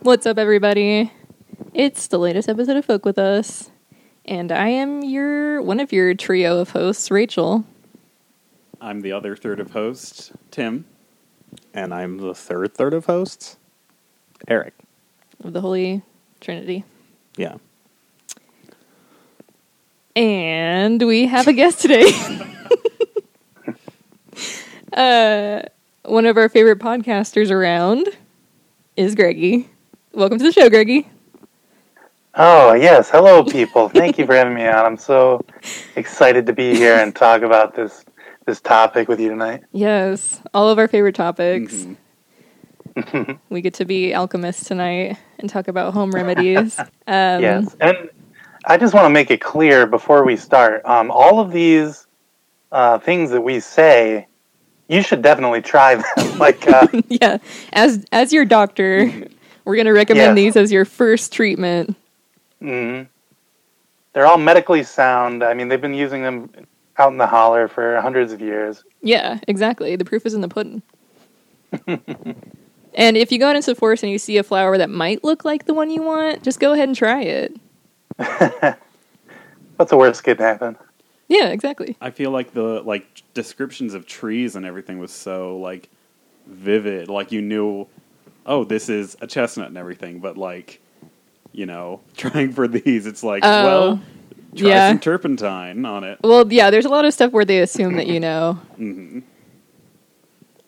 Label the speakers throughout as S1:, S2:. S1: What's up, everybody? It's the latest episode of Folk with Us, and I am your one of your trio of hosts, Rachel.
S2: I'm the other third of hosts, Tim.
S3: And I'm the third third of hosts, Eric.
S1: of the Holy Trinity.
S3: Yeah.
S1: And we have a guest today. uh, one of our favorite podcasters around is Greggy. Welcome to the show, Greggy.
S4: Oh, yes. Hello, people. Thank you for having me on. I'm so excited to be here and talk about this this topic with you tonight.
S1: Yes, all of our favorite topics.
S2: Mhm.
S1: We get to be alchemists tonight and talk about home remedies. Um,
S4: yes. And I just want to make it clear before we start um, all of these uh, things that we say, you should definitely try them. like, uh,
S1: yeah as as your doctor we're going to recommend
S4: Yes.
S1: these as your first treatment
S4: mhm. they're all medically sound. I mean, they've been using them out in the holler for hundreds of years.
S1: yeah exactly the proof is in the pudding and if you go out into the forest and you see a flower that might look like the one you want just go ahead and try it
S4: What's the worst that can happen?
S1: yeah exactly
S2: I feel like the like descriptions of trees and everything was so like vivid. Like you knew, oh, this is a chestnut and everything. But like, you know, trying for these, it's like,
S1: Oh,
S2: well, try
S1: yeah.
S2: some turpentine on it.
S1: well yeah there's a lot of stuff where they assume that you know
S2: hmm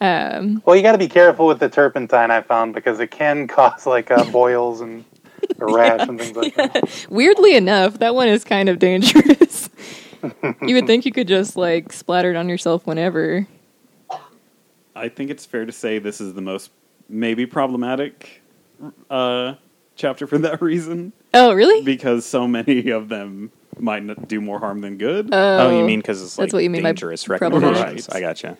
S1: um
S4: Well, you got to be careful with the turpentine I found because it can cause like uh, boils and a rash and things like that.
S1: weirdly enough that one is kind of dangerous you would think you could just like splatter it on yourself whenever
S2: I think it's fair to say this is the most maybe problematic uh, chapter for that reason
S1: oh really
S2: because so many of them might n- do more harm than good.
S3: Oh, you mean because it's like
S1: that's what you mean by
S3: dangerous
S1: problematic.
S3: recommendations? I gotcha.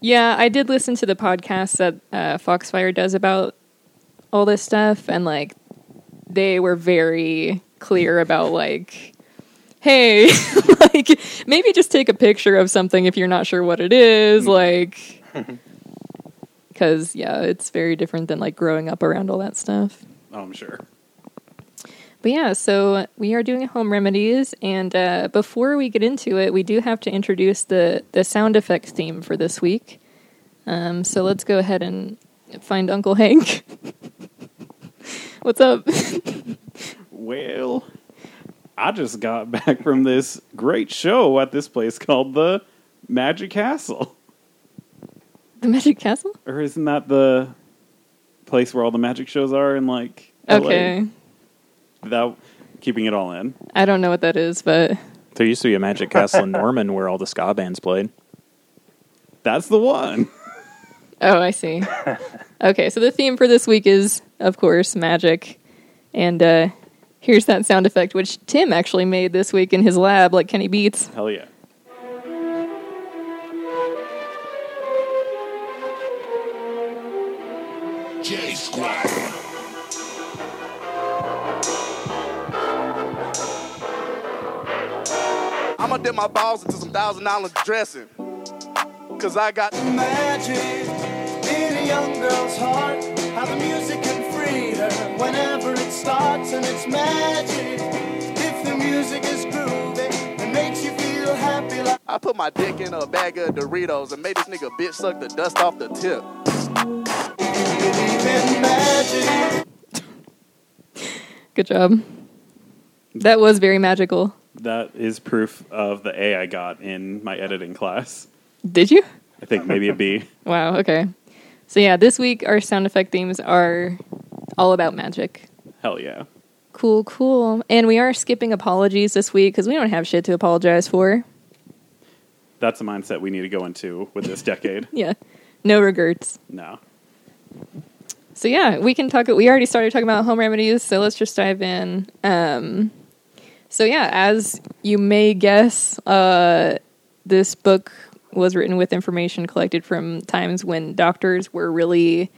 S1: Yeah, I did listen to the podcast that uh, Foxfire does about all this stuff, and like they were very clear about like, hey, like maybe just take a picture of something if you're not sure what it is, like, because yeah, it's very different than like growing up around all that stuff.
S2: oh, I'm sure.
S1: But yeah, so we are doing home remedies, and uh, before we get into it, we do have to introduce the the sound effects theme for this week. Um, so let's go ahead and find Uncle Hank. What's up?
S2: Well, I just got back from this great show at this place called the Magic Castle.
S1: the Magic Castle?
S2: Or isn't that the place where all the magic shows are in like LA?
S1: Okay,
S2: Without keeping it all in.
S1: I don't know what that is, but
S3: There used to be a Magic Castle in Norman where all the ska bands played.
S2: That's the one.
S1: oh, I see. okay, so the theme for this week is, of course, magic, and uh, here's that sound effect which Tim actually made this week in his lab, like Kenny Beats.
S2: Hell yeah.
S5: J Squad. I'ma dip my balls into some thousand dollar dressing. Cause I got
S6: Magic in a young girl's heart. How the music can free her whenever it starts, and it's magic. If the music is groovy and makes you feel happy, like
S5: I put my dick in a bag of Doritos and made this nigga bitch suck the dust off the tip.
S6: you believe in magic.
S1: Good job. That was very magical.
S2: That is proof of the A I got in my editing class.
S1: Did you?
S2: I think maybe a B.
S1: Wow, okay. So, yeah, this week our sound effect themes are all about magic.
S2: Hell yeah.
S1: Cool, cool. And we are skipping apologies this week because we don't have shit to apologize for.
S2: That's a mindset we need to go into with this decade.
S1: Yeah, no regrets.
S2: No.
S1: So, yeah, we can talk. We already started talking about home remedies, so let's just dive in. Um, so, yeah, as you may guess, uh, this book was written with information collected from times when doctors were really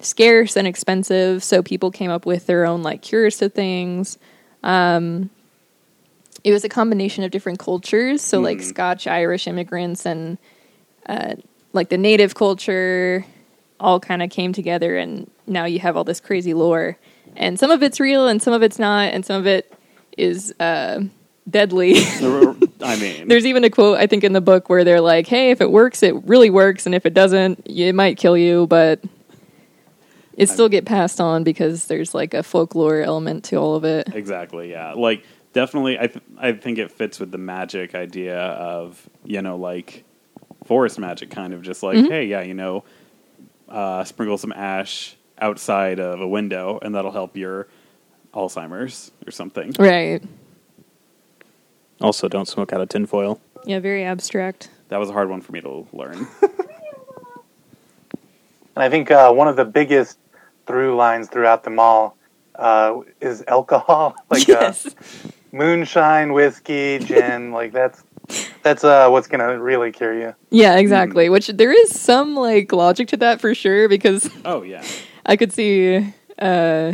S1: scarce and expensive, so people came up with their own like cures to things. Um, it was a combination of different cultures, so like Scotch Irish immigrants and uh, like the native culture, all kind of came together and now you have all this crazy lore and some of it's real and some of it's not and some of it is uh, deadly
S2: I mean,
S1: there's even a quote i think in the book where they're like hey if it works it really works and if it doesn't y- it might kill you but it still get passed on because there's like a folklore element to all of it
S2: Exactly. Yeah. Like definitely, I th- I think it fits with the magic idea of you know like forest magic, kind of just like
S1: Mm-hmm.
S2: hey, yeah, you know, uh, sprinkle some ash outside of a window, and that'll help your Alzheimer's or something.
S1: right
S3: Also, don't smoke out of tinfoil.
S1: yeah very abstract
S2: That was a hard one for me to learn.
S4: And I think uh, one of the biggest through lines throughout them all uh, is alcohol, like uh, moonshine, whiskey, gin. like that's that's uh, what's gonna really cure you.
S1: yeah exactly which there is some like logic to that for sure because
S2: oh yeah,
S1: I could see. Uh,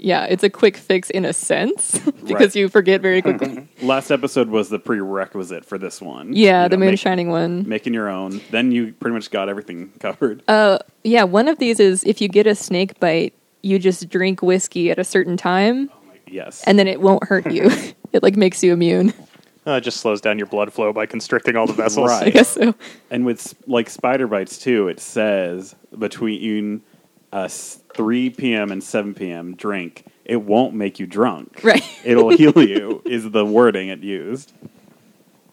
S1: yeah, it's a quick fix in a sense because
S2: Right.
S1: you forget very quickly.
S2: last episode was the prerequisite for this one.
S1: yeah,
S2: You
S1: the
S2: know, make-
S1: moonshining one.
S2: making your own. Then you pretty much got everything covered.
S1: Uh, Yeah, one of these is if you get a snake bite, you just drink whiskey at a certain time,
S2: yes.
S1: and then it won't hurt you. it like makes you immune.
S3: Uh, it just slows down your blood flow by constricting all the vessels.
S1: I
S2: Right.
S1: guess so.
S2: And with s- like spider bites too, it says between uh, us 3 p.m. and 7 p.m. drink. It won't make you drunk.
S1: Right.
S2: It'll heal you is the wording it used.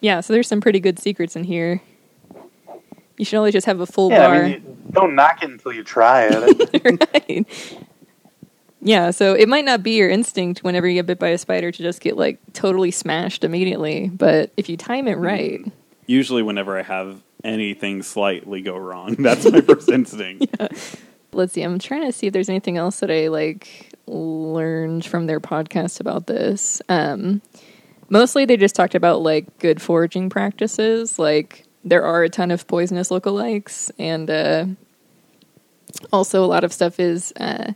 S1: Yeah, so there's some pretty good secrets in here. You should always just have a full
S4: Yeah,
S1: bar.
S4: I mean, you- don't knock it until you try it.
S1: right. Yeah, so it might not be your instinct whenever you get bit by a spider to just get like totally smashed immediately, but if you time it right,
S2: Usually, whenever I have anything slightly go wrong, that's my first instinct.
S1: let's see. I'm trying to see if there's anything else that I like learned from their podcast about this. Um, mostly they just talked about like good foraging practices. Like there are a ton of poisonous lookalikes, and uh, also a lot of stuff is uh,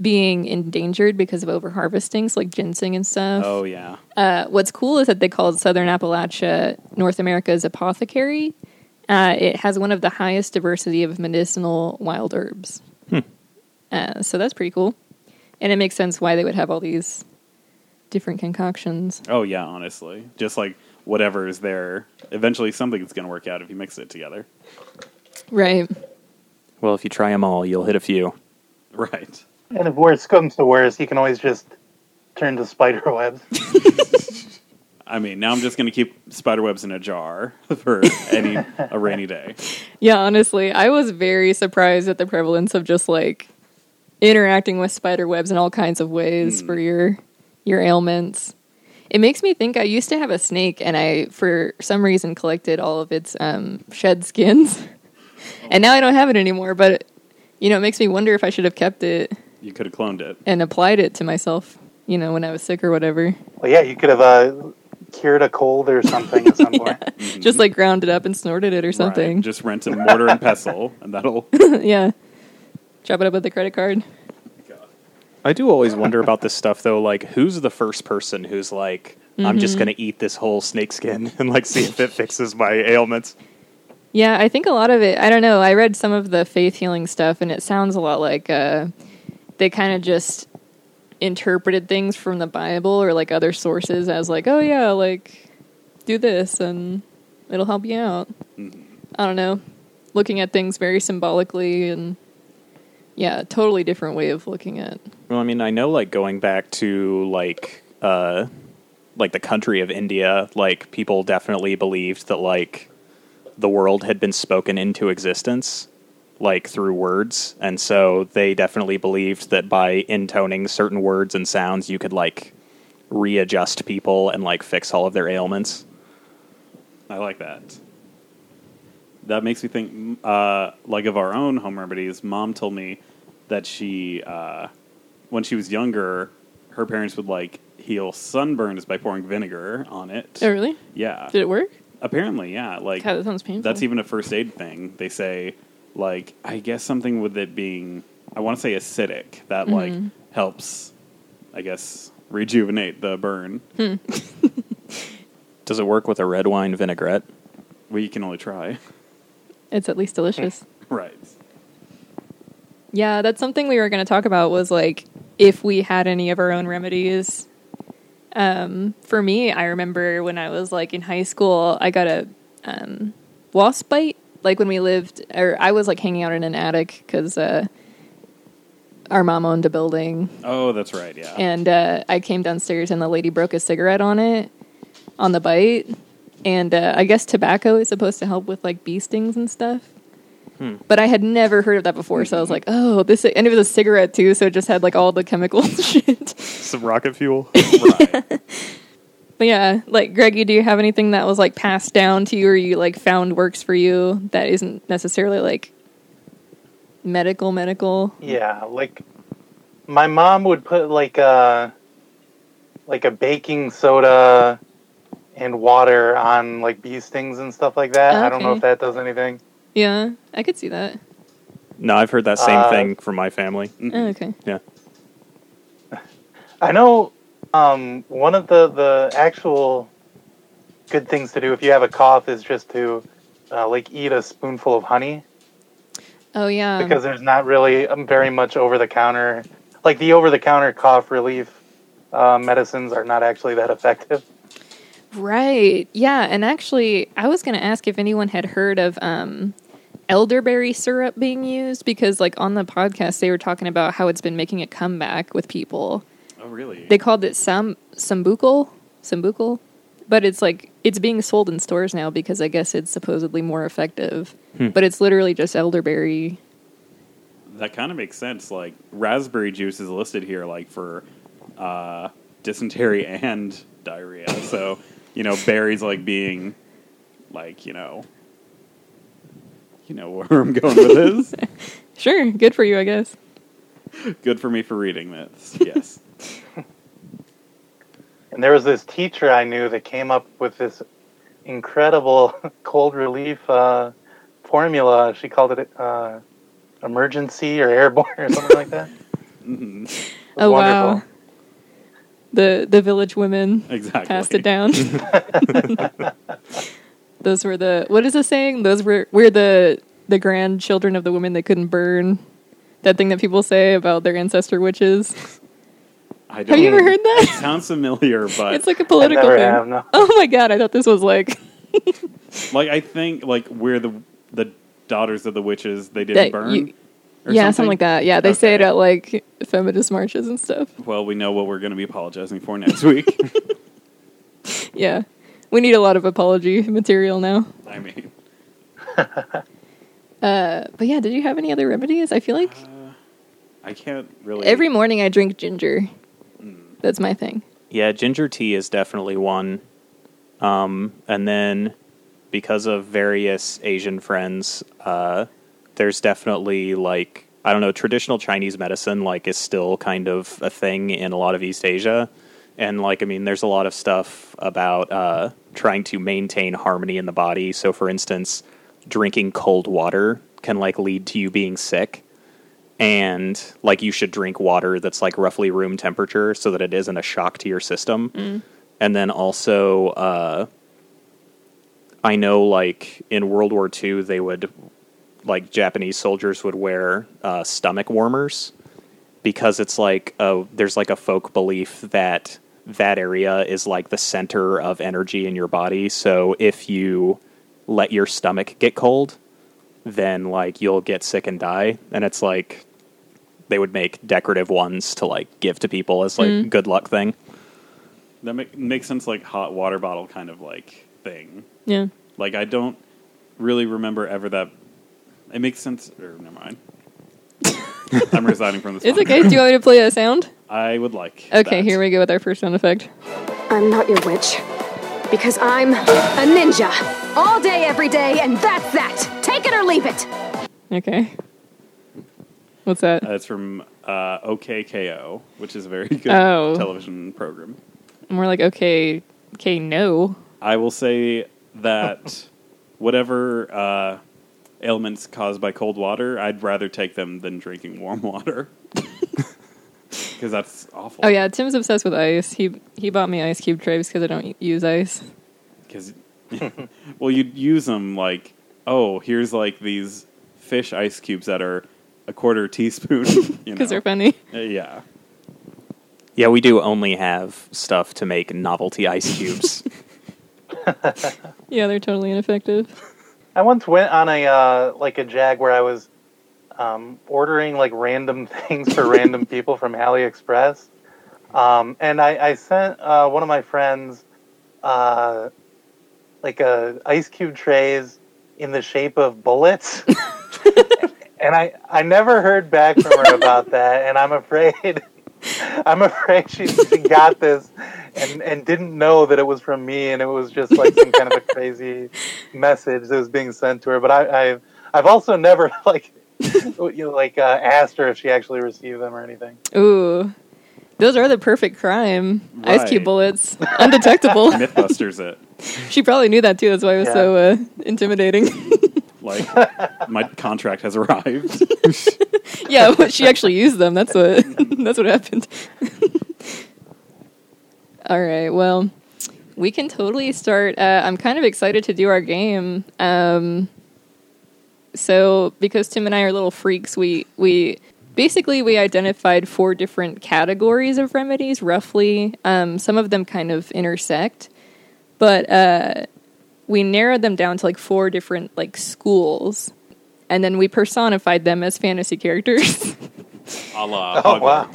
S1: being endangered because of overharvesting, so like ginseng and stuff.
S2: Oh yeah,
S1: Uh, what's cool is that they called Southern Appalachia North America's apothecary. Uh, it has one of the highest diversity of medicinal wild herbs. Uh, so that's pretty cool. And it makes sense why they would have all these different concoctions.
S2: oh yeah. Honestly, just like whatever is there, eventually something's gonna work out if you mix it together.
S1: Right.
S3: Well, if you try them all, you'll hit a few.
S2: Right.
S4: and if worst comes to worst, you can always just turn to spider webs.
S2: I mean, now I'm just gonna keep spider webs in a jar for any a rainy day.
S1: Yeah, honestly, I was very surprised at the prevalence of just like interacting with spider webs in all kinds of ways for your your ailments. It makes me think I used to have a snake and I for some reason collected all of its um shed skins. and now I don't have it anymore, but you know, it makes me wonder if I should have kept it
S2: You could have cloned it.
S1: and applied it to myself, you know, when I was sick or whatever.
S4: Well, yeah, you could have uh, cured a cold or something at some point.
S1: Just like ground it up and snorted it or
S2: Right,
S1: something.
S2: Just rent a mortar and pestle, and that'll.
S1: yeah. Chop it up with the credit card.
S3: I do always wonder about this stuff, though. Like, who's the first person who's like, I'm
S1: Mm-hmm.
S3: just going to eat this whole snakeskin and like see if it fixes my ailments?
S1: Yeah, I think a lot of it. I don't know. I read some of the faith healing stuff, and it sounds a lot like uh, they kind of just interpreted things from the Bible or like other sources as like, oh yeah, like do this and it'll help you out. I don't know. Looking at things very symbolically and yeah, totally different way of looking at.
S3: Well, I mean, I know like going back to like uh like the country of India, like people definitely believed that like the world had been spoken into existence like through words, and so they definitely believed that by intoning certain words and sounds you could like readjust people and like fix all of their ailments.
S2: I like that. That makes me think, uh, like of our own home remedies. Mom told me that she, uh, when she was younger, her parents would like heal sunburns by pouring vinegar on it.
S1: Oh really?
S2: Yeah,
S1: Did it work?
S2: apparently, yeah. Like
S1: God, that sounds painful.
S2: that's even a first aid thing. They say, like, I guess something with it being, I want to say acidic, that
S1: Mm-hmm.
S2: like helps, I guess, rejuvenate the burn.
S1: Hmm.
S3: Does it work with a red wine vinaigrette?
S2: We can only try.
S1: It's at least delicious.
S2: Right.
S1: Yeah, that's something we were going to talk about was like if we had any of our own remedies. Um, for me, I remember when I was like in high school, I got a um, wasp bite. Like when we lived, or I was like hanging out in an attic because uh, our mom owned a building,
S2: Oh, that's right. Yeah.
S1: and uh, I came downstairs and the lady broke a cigarette on it, on the bite, and uh, I guess tobacco is supposed to help with like bee stings and stuff. But I had never heard of that before, so I was like, "Oh, this!" And it was a cigarette too, so it just had like all the chemical shit.
S3: Some rocket fuel.
S2: right.
S1: But yeah, like Greggy, do you have anything that was like passed down to you or you like found works for you that isn't necessarily like medical medical?
S4: Yeah, like my mom would put like a like a baking soda and water on like bee stings and stuff like that. I don't know
S1: Okay.
S4: if that does anything.
S1: Yeah, I could see that.
S3: No, I've heard that same
S4: Uh,
S3: thing from my family.
S1: Oh, okay.
S3: Yeah.
S4: I know um, one of the the actual good things to do if you have a cough is just to uh, like eat a spoonful of honey
S1: Oh yeah.
S4: because there's not really um, very much over the counter like the over the counter cough relief uh, medicines are not actually that effective.
S1: right. Yeah, and actually I was going to ask if anyone had heard of um elderberry syrup being used because like on the podcast they were talking about how it's been making a comeback with people.
S2: Oh, really?
S1: They called it sam sambucal, sambucal, but it's like it's being sold in stores now because I guess it's supposedly more effective. But it's literally just elderberry.
S2: that kind of makes sense. Like raspberry juice is listed here, like for uh, dysentery and diarrhea. So you know, berries like being like you know, you know where I'm going with this.
S1: Sure, good for you, I guess.
S2: Good for me for reading this. Yes.
S4: And there was this teacher I knew that came up with this incredible cold relief uh, formula. She called it uh, emergency or airborne or something like that.
S2: Mhm.
S4: It was
S1: Oh, wow. The the village women
S2: Exactly.
S1: passed it down. Those were the what is the saying? Those were we're the the grandchildren of the women they couldn't burn. That thing that people say about their ancestor witches.
S2: I
S1: Have you ever heard that?
S2: Sounds familiar, but
S1: It's like a
S4: I
S1: political
S4: never
S1: thing.
S4: have, no.
S1: Oh my god, I thought this was like
S2: like I think like we're the the daughters of the witches. They didn't
S1: That
S2: burn.
S1: you-
S2: or
S1: yeah, something like that. Yeah, they say it
S2: Okay.
S1: at like feminist marches and stuff.
S2: Well, we know what we're going to be apologizing for next week.
S1: Yeah. We need a lot of apology material now.
S2: I mean,
S1: Uh, but yeah, did you have any other remedies? I feel like
S2: I can't really
S1: every morning I drink ginger.
S2: Hmm.
S1: That's my thing.
S3: Yeah, ginger tea is definitely one. Um, and then because of various Asian friends, uh, there's definitely like I don't know, traditional Chinese medicine like is still kind of a thing in a lot of East Asia. And like I mean, there's a lot of stuff about uh, trying to maintain harmony in the body. So for instance, drinking cold water can like lead to you being sick and like you should drink water that's like roughly room temperature so that it isn't a shock to your system. And then also, uh, I know like in World War II, they would like Japanese soldiers would wear uh, stomach warmers because it's like a, there's like a folk belief that that area is like the center of energy in your body. So if you let your stomach get cold, then like you'll get sick and die and it's like they would make decorative ones to like give to people as like good luck thing
S2: That make, makes sense, like hot water bottle kind of like thing.
S1: Yeah.
S2: Like I don't really remember ever that. It makes sense. Or never mind. I'm resigning from this.
S1: It's
S2: podcast.
S1: okay. Do you want me to play a sound?
S2: I would like.
S1: Okay,
S2: that.
S1: here we go with our first sound effect.
S7: I'm not your witch. Because I'm a ninja. All day, every day, and that's that. Take it or leave it.
S1: Okay. What's that?
S2: Uh, it's from uh, OKKO, which is a very good
S1: Oh.
S2: television program.
S1: More like okay, okay, no.
S2: I will say that whatever uh, ailments caused by cold water, I'd rather take them than drinking warm water. Because that's awful.
S1: Oh yeah, Tim's obsessed with ice. He he bought me ice cube trays because I don't y- use ice.
S2: Because, well, you'd use them like, oh, here's like these fish ice cubes that are a quarter teaspoon. you know.
S1: because they're funny.
S2: Uh, yeah.
S3: Yeah, we do only have stuff to make novelty ice cubes.
S1: Yeah, they're totally ineffective.
S4: I once went on a uh, like a jag where I was um, ordering like random things for random people from AliExpress, um, and I, I sent uh, one of my friends uh, like a ice cube trays in the shape of bullets, and I I never heard back from her about that, and I'm afraid. I'm afraid she, she got this and, and didn't know that it was from me, and it was just like some kind of a crazy message that was being sent to her. But I, I've I've also never like you know, like uh, asked her if she actually received them or anything.
S1: Ooh. Those are the perfect crime. Ice cube
S2: Right.
S1: bullets. Undetectable.
S2: Mythbusters it.
S1: she probably knew that too. That's why it was
S4: Yeah.
S1: so uh, intimidating.
S2: Like my contract has arrived.
S1: yeah, well, she actually used them. That's what that's what happened. All right. Well, we can totally start. Uh, I'm kind of excited to do our game. Um, so because Tim and I are little freaks, we we basically we identified four different categories of remedies roughly. Um, some of them kind of intersect, but uh, we narrowed them down to like four different like schools. And then we personified them as fantasy characters.
S2: A la
S4: Oh wow!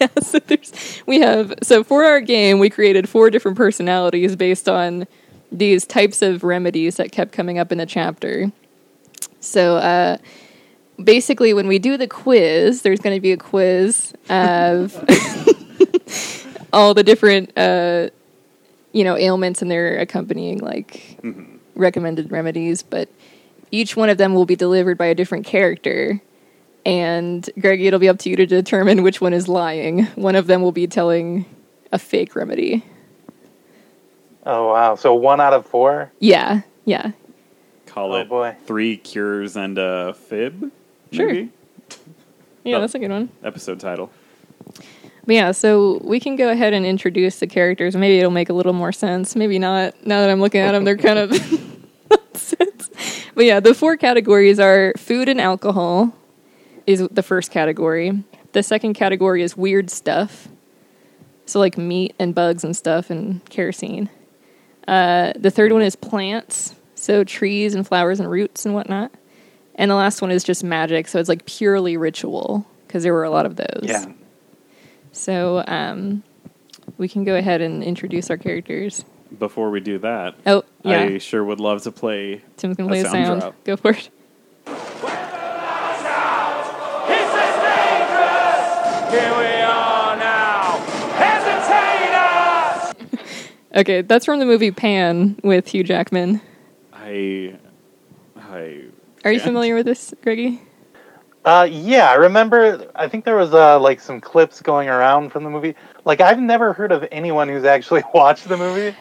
S1: yeah, so there's we have so for our game we created four different personalities based on these types of remedies that kept coming up in the chapter. So uh basically when we do the quiz, there's going to be a quiz of all the different uh you know ailments and their accompanying like recommended remedies, but each one of them will be delivered by a different character and Greg, it'll be up to you to determine which one is lying. One of them will be telling a fake remedy.
S4: Oh wow! So one out of four.
S1: Yeah, yeah.
S2: Call
S4: Oh,
S2: it
S4: boy.
S2: three cures and a fib.
S1: Sure.
S2: maybe?
S1: Yeah,
S2: Oh.
S1: that's a good one.
S2: Episode title.
S1: But yeah, so we can go ahead and introduce the characters. Maybe it'll make a little more sense. Maybe not. Now that I'm looking at them, they're kind of nonsense. But yeah, the four categories are food and alcohol is the first category. The second category is weird stuff. So like meat and bugs and stuff and kerosene. Uh, the third one is plants. So trees and flowers and roots and whatnot. And the last one is just magic. So it's like purely ritual because there were a lot of those. So um, we can go ahead and introduce our characters.
S2: Before we do that,
S1: Oh, yeah.
S2: I sure would love to play.
S1: Tim's going
S2: a
S1: to play a
S2: sound
S1: sound.
S2: drop.
S1: Go for it. Okay, that's from the movie Pan with Hugh Jackman.
S2: I, I
S1: Are you
S2: Yeah.
S1: familiar with this, Greggy?
S4: Uh, yeah, I remember. I think there was uh, like some clips going around from the movie. Like I've never heard of anyone who's actually watched the movie,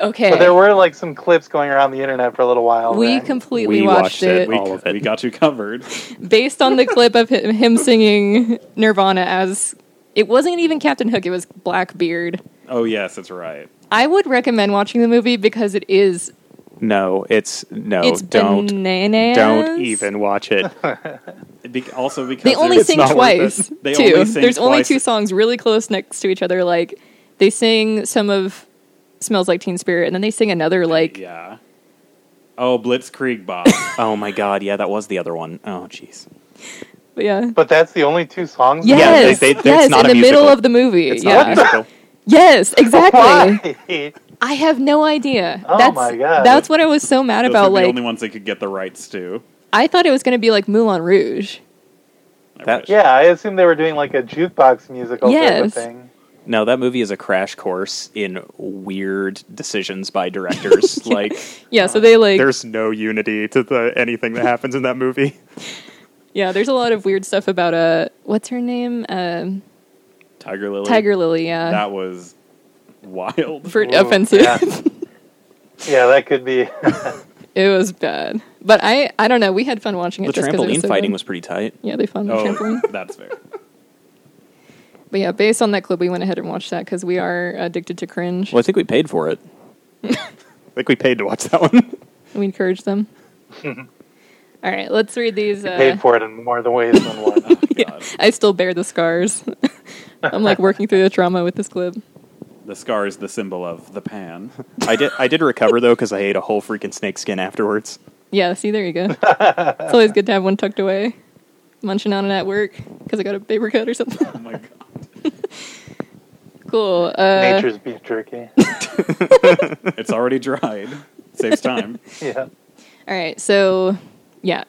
S1: Okay.
S4: but there were Oh, like some clips going around the internet for a little while.
S1: we
S4: there.
S1: completely
S3: We
S1: watched,
S3: watched
S1: it,
S3: it.
S2: we,
S3: All of it.
S2: we got you covered.
S1: based on the clip of him, him singing Nirvana as it wasn't even Captain Hook, it was Blackbeard.
S2: oh yes, that's right.
S1: I would recommend watching the movie because it is
S3: no, it's no,
S1: it's
S3: don't
S1: bananas.
S3: don't even watch it.
S2: Be- also because
S1: They only
S2: there's-
S1: sing
S3: not worth
S1: twice.
S2: it. They
S1: too.
S2: only sing
S1: There's only
S2: twice.
S1: two songs really close next to each other. Like they sing some of "Smells Like Teen Spirit" and then they sing another like
S2: yeah. Oh, Blitzkrieg Bob.
S3: Oh my god, yeah, that was the other one. Oh jeez.
S1: yeah.
S4: But that's the only two songs.
S1: Yes,
S3: Yeah, they- they- it's
S1: yes, in
S3: not a
S1: the
S3: musical.
S1: middle of the movie.
S3: It's not a
S1: yeah.
S3: musical.
S1: Yes, exactly.
S4: Why?
S1: I have no idea.
S4: Oh
S1: that's,
S4: my God.
S1: That's what I was so mad
S2: Those are
S1: about.
S2: the
S1: Like
S2: only ones they could get the rights to.
S1: I thought it was going to be like Moulin Rouge.
S2: I
S3: That-
S2: wish.
S4: Yeah, I assume they were doing like a jukebox musical type
S1: Yes.
S4: of thing.
S3: No, that movie is a crash course in weird decisions by directors. Like
S1: Yeah, so they like
S3: there's no unity to the anything that happens in that movie.
S1: yeah. There's a lot of weird stuff about uh what's her name um
S2: Tiger Lily.
S1: Tiger Lily. Yeah,
S2: That was wild.
S1: for
S4: Ooh,
S1: offensive.
S4: Oh, Yeah. Uh. Yeah, that could be.
S1: It was bad, but I I don't know. We had fun watching
S3: The
S1: it. just 'cause it
S3: trampoline
S1: so
S3: fighting
S1: good.
S3: was pretty tight.
S1: yeah, they found the
S2: oh,
S1: trampoline.
S2: that's fair.
S1: But yeah, based on that clip, we went ahead and watched that because we are addicted to cringe.
S3: Well, I think we paid for it.
S2: Oh,
S3: I think we paid to watch that one.
S1: We encourage them. All right, let's read these. Uh,
S4: Paid for it in more than ways than one.
S2: God.
S1: I still bear the scars. I'm like working through the trauma with this clip.
S2: The scar is the symbol of the pan.
S3: I did. I did recover though because I ate a whole freaking snake skin afterwards.
S1: Yeah, see, there you go. it's always good to have one tucked away, munching on it at work because I got a paper cut or something.
S2: Oh my god.
S1: cool. Uh,
S4: Nature's beef jerky.
S2: It's already dried. Saves time.
S4: yeah.
S1: All right, so yeah,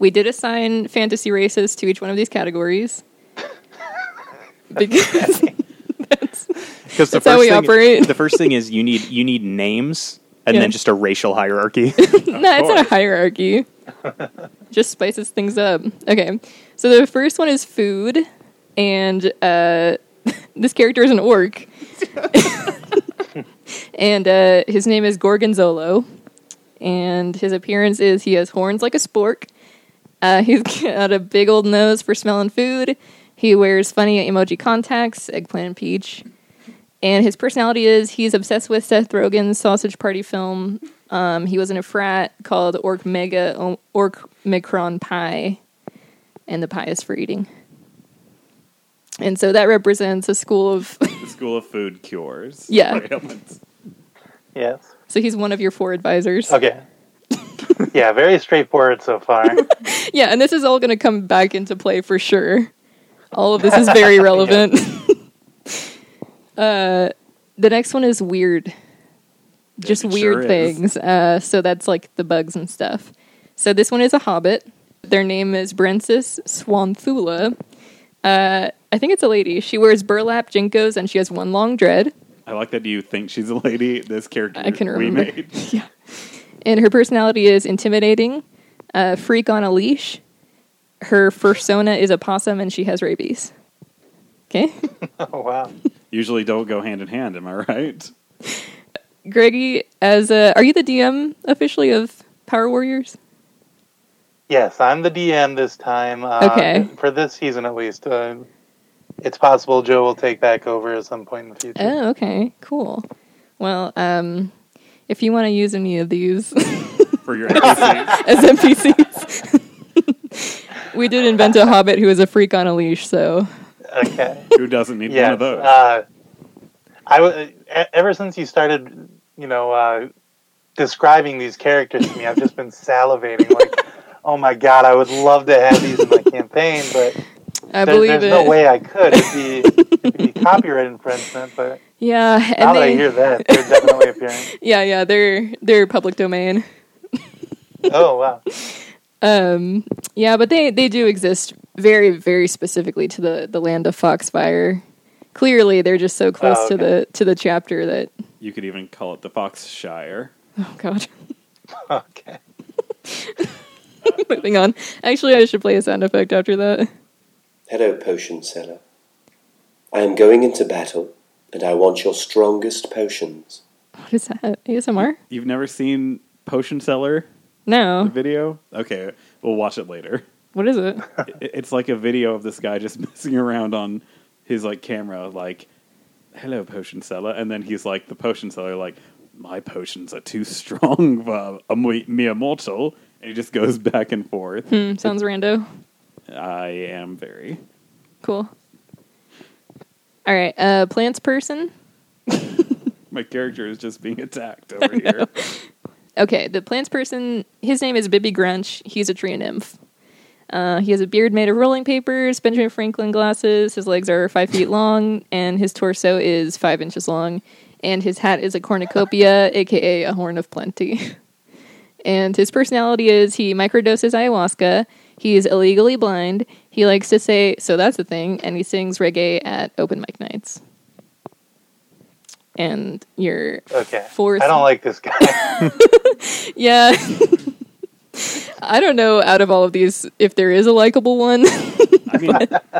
S1: we did assign fantasy races to each one of these categories because that's
S3: Because
S1: That's how we
S3: thing,
S1: operate.
S3: The first thing is you need you need names and
S1: Yeah.
S3: then just a racial hierarchy.
S1: no, it's not a
S2: course.
S1: hierarchy. Just spices things up. Okay, so the first one is food, and uh, this character is an orc, and uh, his name is Gorgonzolo, and his appearance is he has horns like a spork. Uh, he's got a big old nose for smelling food. He wears funny emoji contacts, eggplant and peach. And his personality is he's obsessed with Seth Rogen's Sausage Party film. Um, he was in a frat called Orc Mega Orc Micron Pie, and the pie is for eating. And so that represents a school of.
S2: The School of Food Cures.
S1: Yeah.
S2: Ailments.
S4: Yes.
S1: so he's one of your four advisors.
S4: Okay. yeah, very straightforward so far.
S1: Yeah, and this is all going to come back into play for sure. All of this is very relevant. uh, the next one is weird. Just
S2: it
S1: weird
S2: sure is.
S1: things. Uh, so that's like the bugs and stuff. So this one is a hobbit. Their name is Brensis Swanthula. Uh, I think it's a lady. She wears burlap jinkos and she has one long dread.
S2: I like that you think she's a lady. This character
S1: I can
S2: we
S1: remember.
S2: made.
S1: yeah. And her personality is intimidating, a freak on a leash. Her fursona is a possum and she has rabies. Okay.
S4: Oh wow.
S2: Usually don't go hand in hand, am I right?
S1: Greggy, as a, are you the DM officially of Power Warriors?
S4: Yes, I'm the DM this time. Uh,
S1: Okay.
S4: For this season, at least. Uh, it's possible Joe will take back over at some point in the future.
S1: Oh, okay. Cool. Well, um, if you want to use any of these
S2: For your NPC.
S1: as NPCs, we did invent a hobbit who is a freak on a leash, so
S4: Okay.
S2: Who doesn't need
S4: Yeah.
S2: one of those?
S4: Uh, I w- e- ever since you started, you know, uh, describing these characters to me, I've just been salivating. Like, oh my god, I would love to have these in my campaign, but
S1: I
S4: there-
S1: believe
S4: there's
S1: it.
S4: no way I could. It'd be, it'd be copyright infringement. But
S1: Yeah, and
S4: now that I
S1: they-
S4: hear that, they're definitely appearing.
S1: yeah, yeah, they're they're public domain.
S4: Oh wow.
S1: Um, yeah, but they they do exist very very specifically to the the land of Foxfire. Clearly, they're just so close
S4: Oh,
S1: to the to the chapter that
S2: You could even call it the Fox Shire.
S1: oh god.
S4: Okay.
S1: Moving on. Actually, I should play a sound effect after that.
S8: Hello, potion seller. I am going into battle, and I want your strongest potions.
S1: What is that? ASMR?
S2: You've never seen Potion Seller
S1: No.
S2: video? Okay, we'll watch it later.
S1: What is it?
S2: It- It's like a video of this guy just messing around on his like camera, like "Hello, potion seller," and then he's like the potion seller, like "My potions are too strong for a me- mere mortal," and he just goes back and forth.
S1: Hmm, sounds rando.
S2: I am very
S1: Cool. All right. Uh, plants person.
S2: my character is just being attacked over here.
S1: Okay, the plants person, his name is Bibby Grunch. He's a tree nymph. Uh, he has a beard made of rolling papers, Benjamin Franklin glasses. His legs are five feet long, and his torso is five inches long. And his hat is a cornucopia, aka a horn of plenty. And his personality is he microdoses ayahuasca. He is illegally blind. He likes to say, so that's the thing, and he sings reggae at open mic nights. And your
S4: Okay.
S1: Fourth-
S4: I don't like this guy.
S1: yeah. I don't know out of all of these if there is a likable one.
S2: I mean,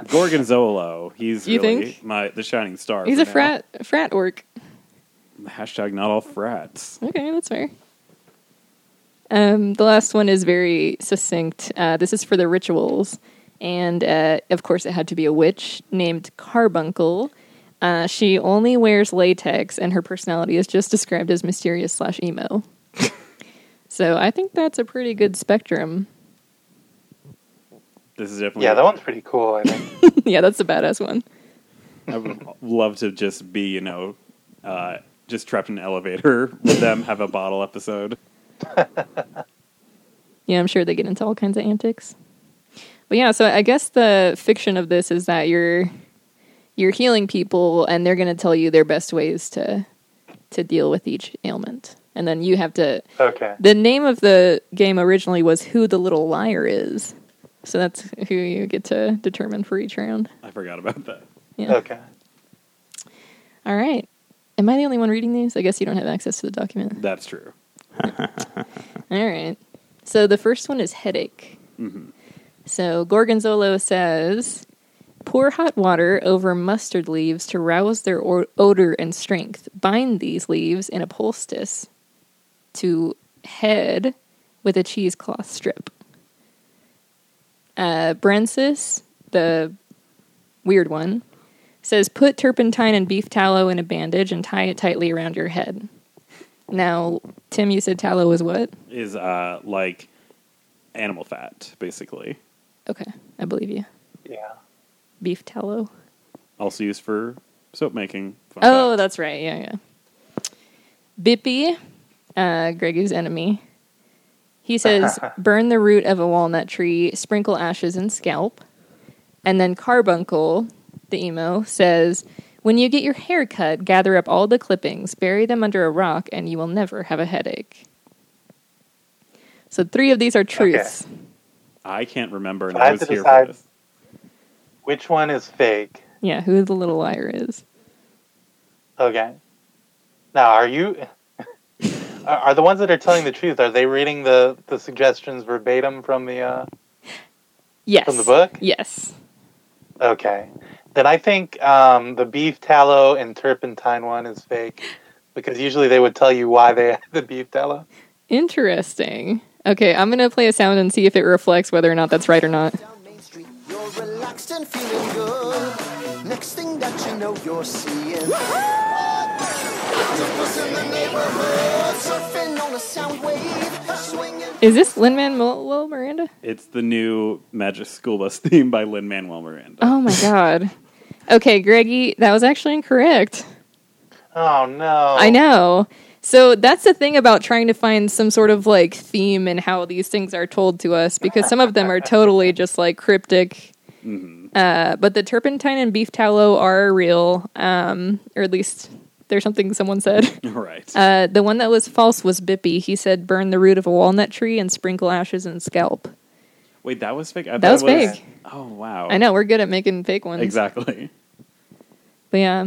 S2: Gorgonzolo, he's
S1: You
S2: really
S1: think?
S2: my the shining star.
S1: He's
S2: for
S1: a
S2: now.
S1: frat frat orc.
S2: Hashtag not all frats.
S1: Okay, that's fair. Um, the last one is very succinct. Uh, this is for the rituals, and uh, of course, it had to be a witch named Carbuncle. Uh, she only wears latex, and her personality is just described as mysterious slash emo. so I think that's a pretty good spectrum
S2: This is definitely
S4: Yeah, that one's pretty cool. I think.
S1: yeah, that's a badass one.
S2: I would love to just be, you know, uh, just trapped in an elevator with them, have a bottle episode.
S1: Yeah, I'm sure they get into all kinds of antics. But yeah, so I guess the fiction of this is that you're you're healing people and they're going to tell you their best ways to to deal with each ailment. And then you have to
S4: Okay.
S1: The name of the game originally was Who the Little Liar Is. So that's who you get to determine for each round.
S2: I forgot about that.
S1: Yeah.
S4: Okay.
S1: All right. Am I the only one reading these? I guess you don't have access to the document.
S2: That's true.
S1: All right. So the first one is headache. So Gorgonzolo says, pour hot water over mustard leaves to rouse their or- odor and strength. Bind these leaves in a poultice to head with a cheesecloth strip. Uh, Brensis, the weird one, says put turpentine and beef tallow in a bandage and tie it tightly around your head. Now, Tim, you said tallow was what?
S2: Is uh like animal fat, basically.
S1: Okay, I believe you.
S4: Yeah.
S1: Beef tallow.
S2: Also used for soap making. Fun
S1: Oh,
S2: fact.
S1: that's right. Yeah, yeah. Bippy, uh, Gregu's enemy, he says, burn the root of a walnut tree, sprinkle ashes and scalp. And then Carbuncle, the emo, says, when you get your hair cut, gather up all the clippings, bury them under a rock, and you will never have a headache. So three of these are truths.
S2: I can't remember and
S4: So I
S2: I
S4: have
S2: was
S4: to
S2: here for
S4: decide-
S2: this.
S4: Which one is fake?
S1: Yeah, who the little liar is.
S4: Okay. Now, are you? are- Are the ones that are telling the truth? Are they reading the the suggestions verbatim from the? Uh,
S1: Yes.
S4: From the book?
S1: Yes.
S4: okay. Then I think um, the beef tallow and turpentine one is fake, because usually they would tell you why they had the beef tallow.
S1: Interesting. Okay, I'm gonna play a sound and see if it reflects whether or not that's right or not.
S6: down Main Street, you're relaxed and feeling good. Next thing that you know, you're seeing octopus in the neighborhood, surfing on a sound wave, swinging.
S1: Is this Lin Manuel Miranda?
S2: It's the new Magic School Bus theme by Lin Manuel Miranda.
S1: Oh my god. Okay, Greggy, that was actually incorrect.
S4: Oh no!
S1: I know. So that's the thing about trying to find some sort of like theme and how these things are told to us because some of them are totally just like cryptic. Uh, but the turpentine and beef tallow are real, um, or at least there's something someone said.
S2: right.
S1: Uh, the one that was false was Bippy. He said, "Burn the root of a walnut tree and sprinkle ashes and scalp."
S2: Wait, that was fake? I
S1: That was
S2: thought it
S1: fake.
S2: Oh, wow.
S1: I know we're good at making fake ones.
S2: Exactly.
S1: But yeah,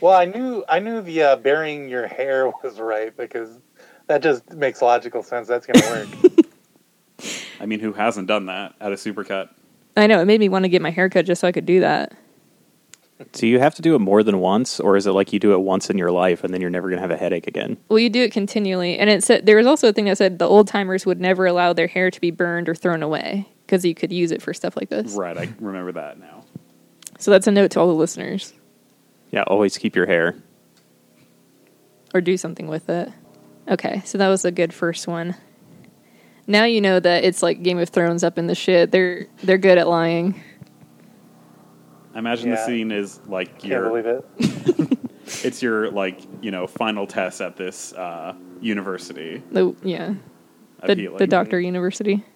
S4: Well, I knew I knew the uh, burying your hair was right because that just makes logical sense. That's gonna work.
S2: I mean, who hasn't done that at a supercut?
S1: I know it made me want to get my haircut just so I could do that.
S3: Do you have to do it more than once, or is it like you do it once in your life and then you're never going to have a headache again?
S1: Well, you do it continually, and it said there was also a thing that said the old timers would never allow their hair to be burned or thrown away because you could use it for stuff like this.
S2: Right, I remember that now.
S1: So that's a note to all the listeners,
S3: Yeah, always keep your hair.
S1: or do something with it. Okay, so that was a good first one. Now you know that it's like Game of Thrones up in the shit. They're they're good at lying.
S2: I imagine the
S4: Yeah.
S2: scene is like
S4: Can't believe
S2: your
S4: it.
S2: it's your like, you know, final test at this uh, university
S1: The yeah,
S2: of
S1: the,
S2: healing.
S1: the Doctor University.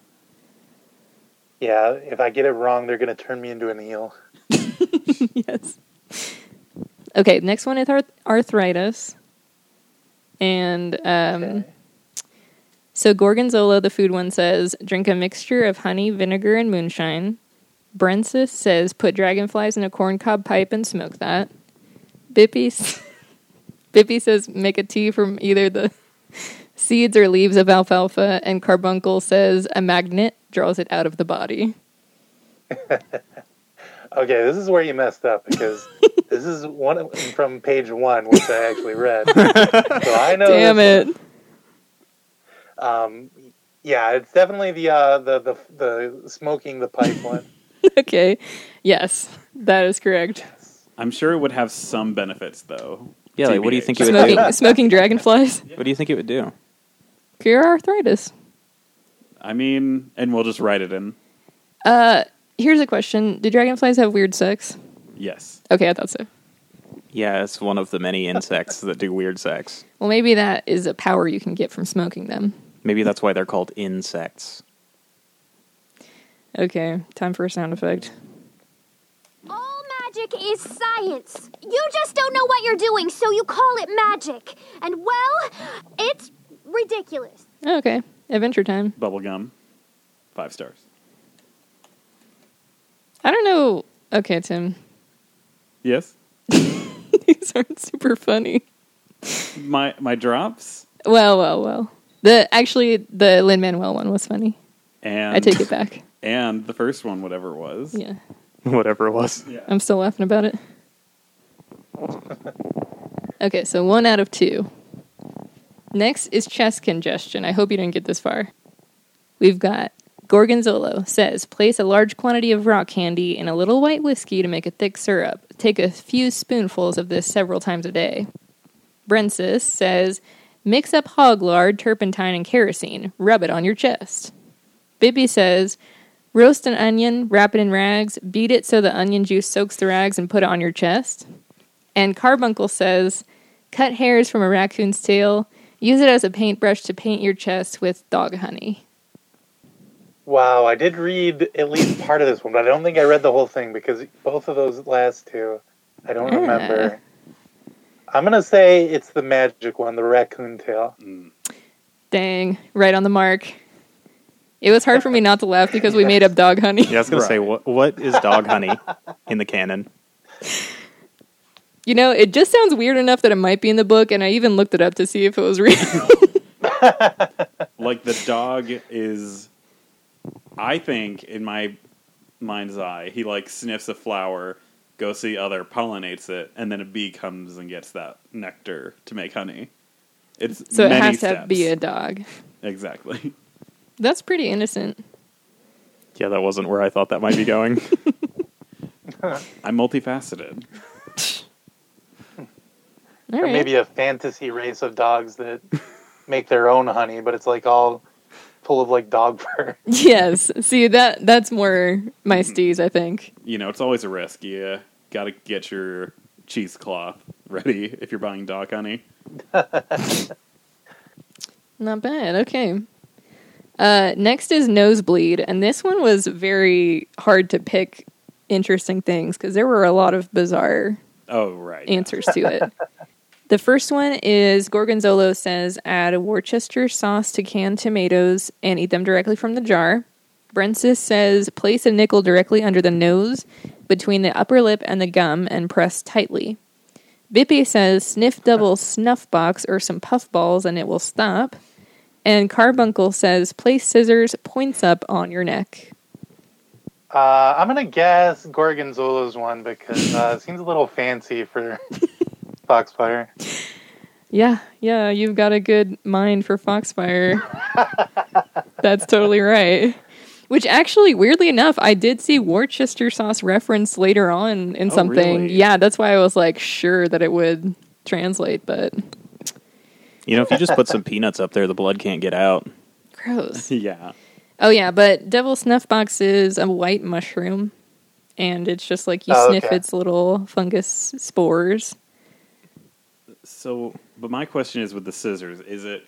S4: Yeah, if I get it wrong, they're gonna turn me into an eel.
S1: yes. Okay, next one is arth- arthritis. And um, so Gorgonzola, the food one, says drink a mixture of honey, vinegar, and moonshine. Brensis says put dragonflies in a corncob pipe and smoke that. Bippy, s- Bippy says make a tea from either the seeds or leaves of alfalfa. And Carbuncle says a magnet draws it out of the body.
S4: Okay, this is where you messed up because this is one of- from page one, which I actually read. so I
S2: Oh,
S4: know.
S1: Damn
S4: this-
S1: it.
S4: Um, yeah, it's definitely the uh, the the the smoking the pipe one.
S1: okay. Yes, that is correct.
S2: I'm sure it would have some benefits though.
S3: Yeah, like, what do you
S2: TBH.
S3: think it would do?
S1: Smoking, smoking dragonflies
S3: What do you think it would do?
S1: cure arthritis.
S2: I mean, and we'll just write it in.
S1: Here's a question: Do dragonflies have weird sex?
S2: Yes.
S1: Okay, I thought so.
S3: Yeah, it's one of the many insects that do weird sex.
S1: Well, maybe that is a power you can get from smoking them.
S3: Maybe that's why they're called insects.
S1: Okay, time for a sound effect.
S9: All magic is science. You just don't know what you're doing, so you call it magic. And well, it's ridiculous.
S1: Okay, Adventure Time.
S2: Bubblegum, five stars.
S1: I don't know. Okay, Tim,
S2: Yes.
S1: these aren't super funny.
S2: My my drops
S1: Well, well, well. The actually the Lin Manuel one was funny.
S2: and
S1: I take it back.
S2: and the first one, whatever it was.
S1: Yeah,
S3: Whatever it was.
S1: I'm still laughing about it. Okay, so one out of two. Next is chest congestion. I hope you didn't get this far. We've got Gorgonzolo says place a large quantity of rock candy in a little white whiskey to make a thick syrup. Take a few spoonfuls of this several times a day. Brensis says mix up hog lard, turpentine, and kerosene. Rub it on your chest. Bibby says roast an onion, wrap it in rags, beat it so the onion juice soaks the rags, and put it on your chest. And Carbuncle says, cut hairs from a raccoon's tail, use it as a paintbrush to paint your chest with dog honey.
S4: Wow, I did read at least part of this one, but I don't think I read the whole thing because both of those last two, I don't remember. I'm gonna say it's the magic one, the raccoon tail.
S1: Dang, right on the mark. It was hard for me not to laugh because we made up dog honey.
S3: Yeah, I was gonna say what what is dog honey in the canon?
S1: You know, it just sounds weird enough that it might be in the book, and I even looked it up to see if it was real.
S2: Like the dog is I think in my mind's eye, he like sniffs a flower, goes to the other, pollinates it, and then a bee comes and gets that nectar to make honey. It's
S1: so it
S2: many
S1: has to
S2: steps.
S1: be a dog.
S2: Exactly.
S1: That's pretty innocent.
S3: Yeah, that wasn't where I thought that might be going.
S2: I'm multifaceted.
S1: All
S4: Or
S1: right.
S4: maybe a fantasy race of dogs that make their own honey, but it's like all full of like dog fur.
S1: yes. See that that's more my steez, I think.
S2: You know, it's always a risk. You uh, gotta get your cheesecloth ready if you're buying dog honey.
S1: Not bad. Okay. Uh, next is Nosebleed, and this one was very hard to pick interesting things because there were a lot of bizarre
S2: Oh right. yeah.
S1: answers to it. the first one is Gorgonzolo says add Worcester sauce to canned tomatoes and eat them directly from the jar. Brensis says place a nickel directly under the nose, between the upper lip and the gum, and press tightly. Bippy says sniff double snuff box or some puff balls and it will stop. And Carbuncle says place scissors points up on your neck.
S4: Uh, I'm gonna guess Gorgonzola's one because uh, it seems a little fancy for Foxfire.
S1: Yeah, yeah, you've got a good mind for Foxfire. That's totally right. Which actually, weirdly enough, I did see Worcester sauce referenced later on in
S2: Oh,
S1: something.
S2: really?
S1: Yeah, that's why I was like sure that it would translate, but
S3: you know, if you just put some peanuts up there, the blood can't get out.
S1: gross.
S2: Yeah.
S1: oh yeah, but devil snuffbox is a white mushroom, and it's just like you
S4: Oh,
S1: sniff
S4: okay.
S1: its little fungus spores.
S2: So, but my question is with the scissors, is it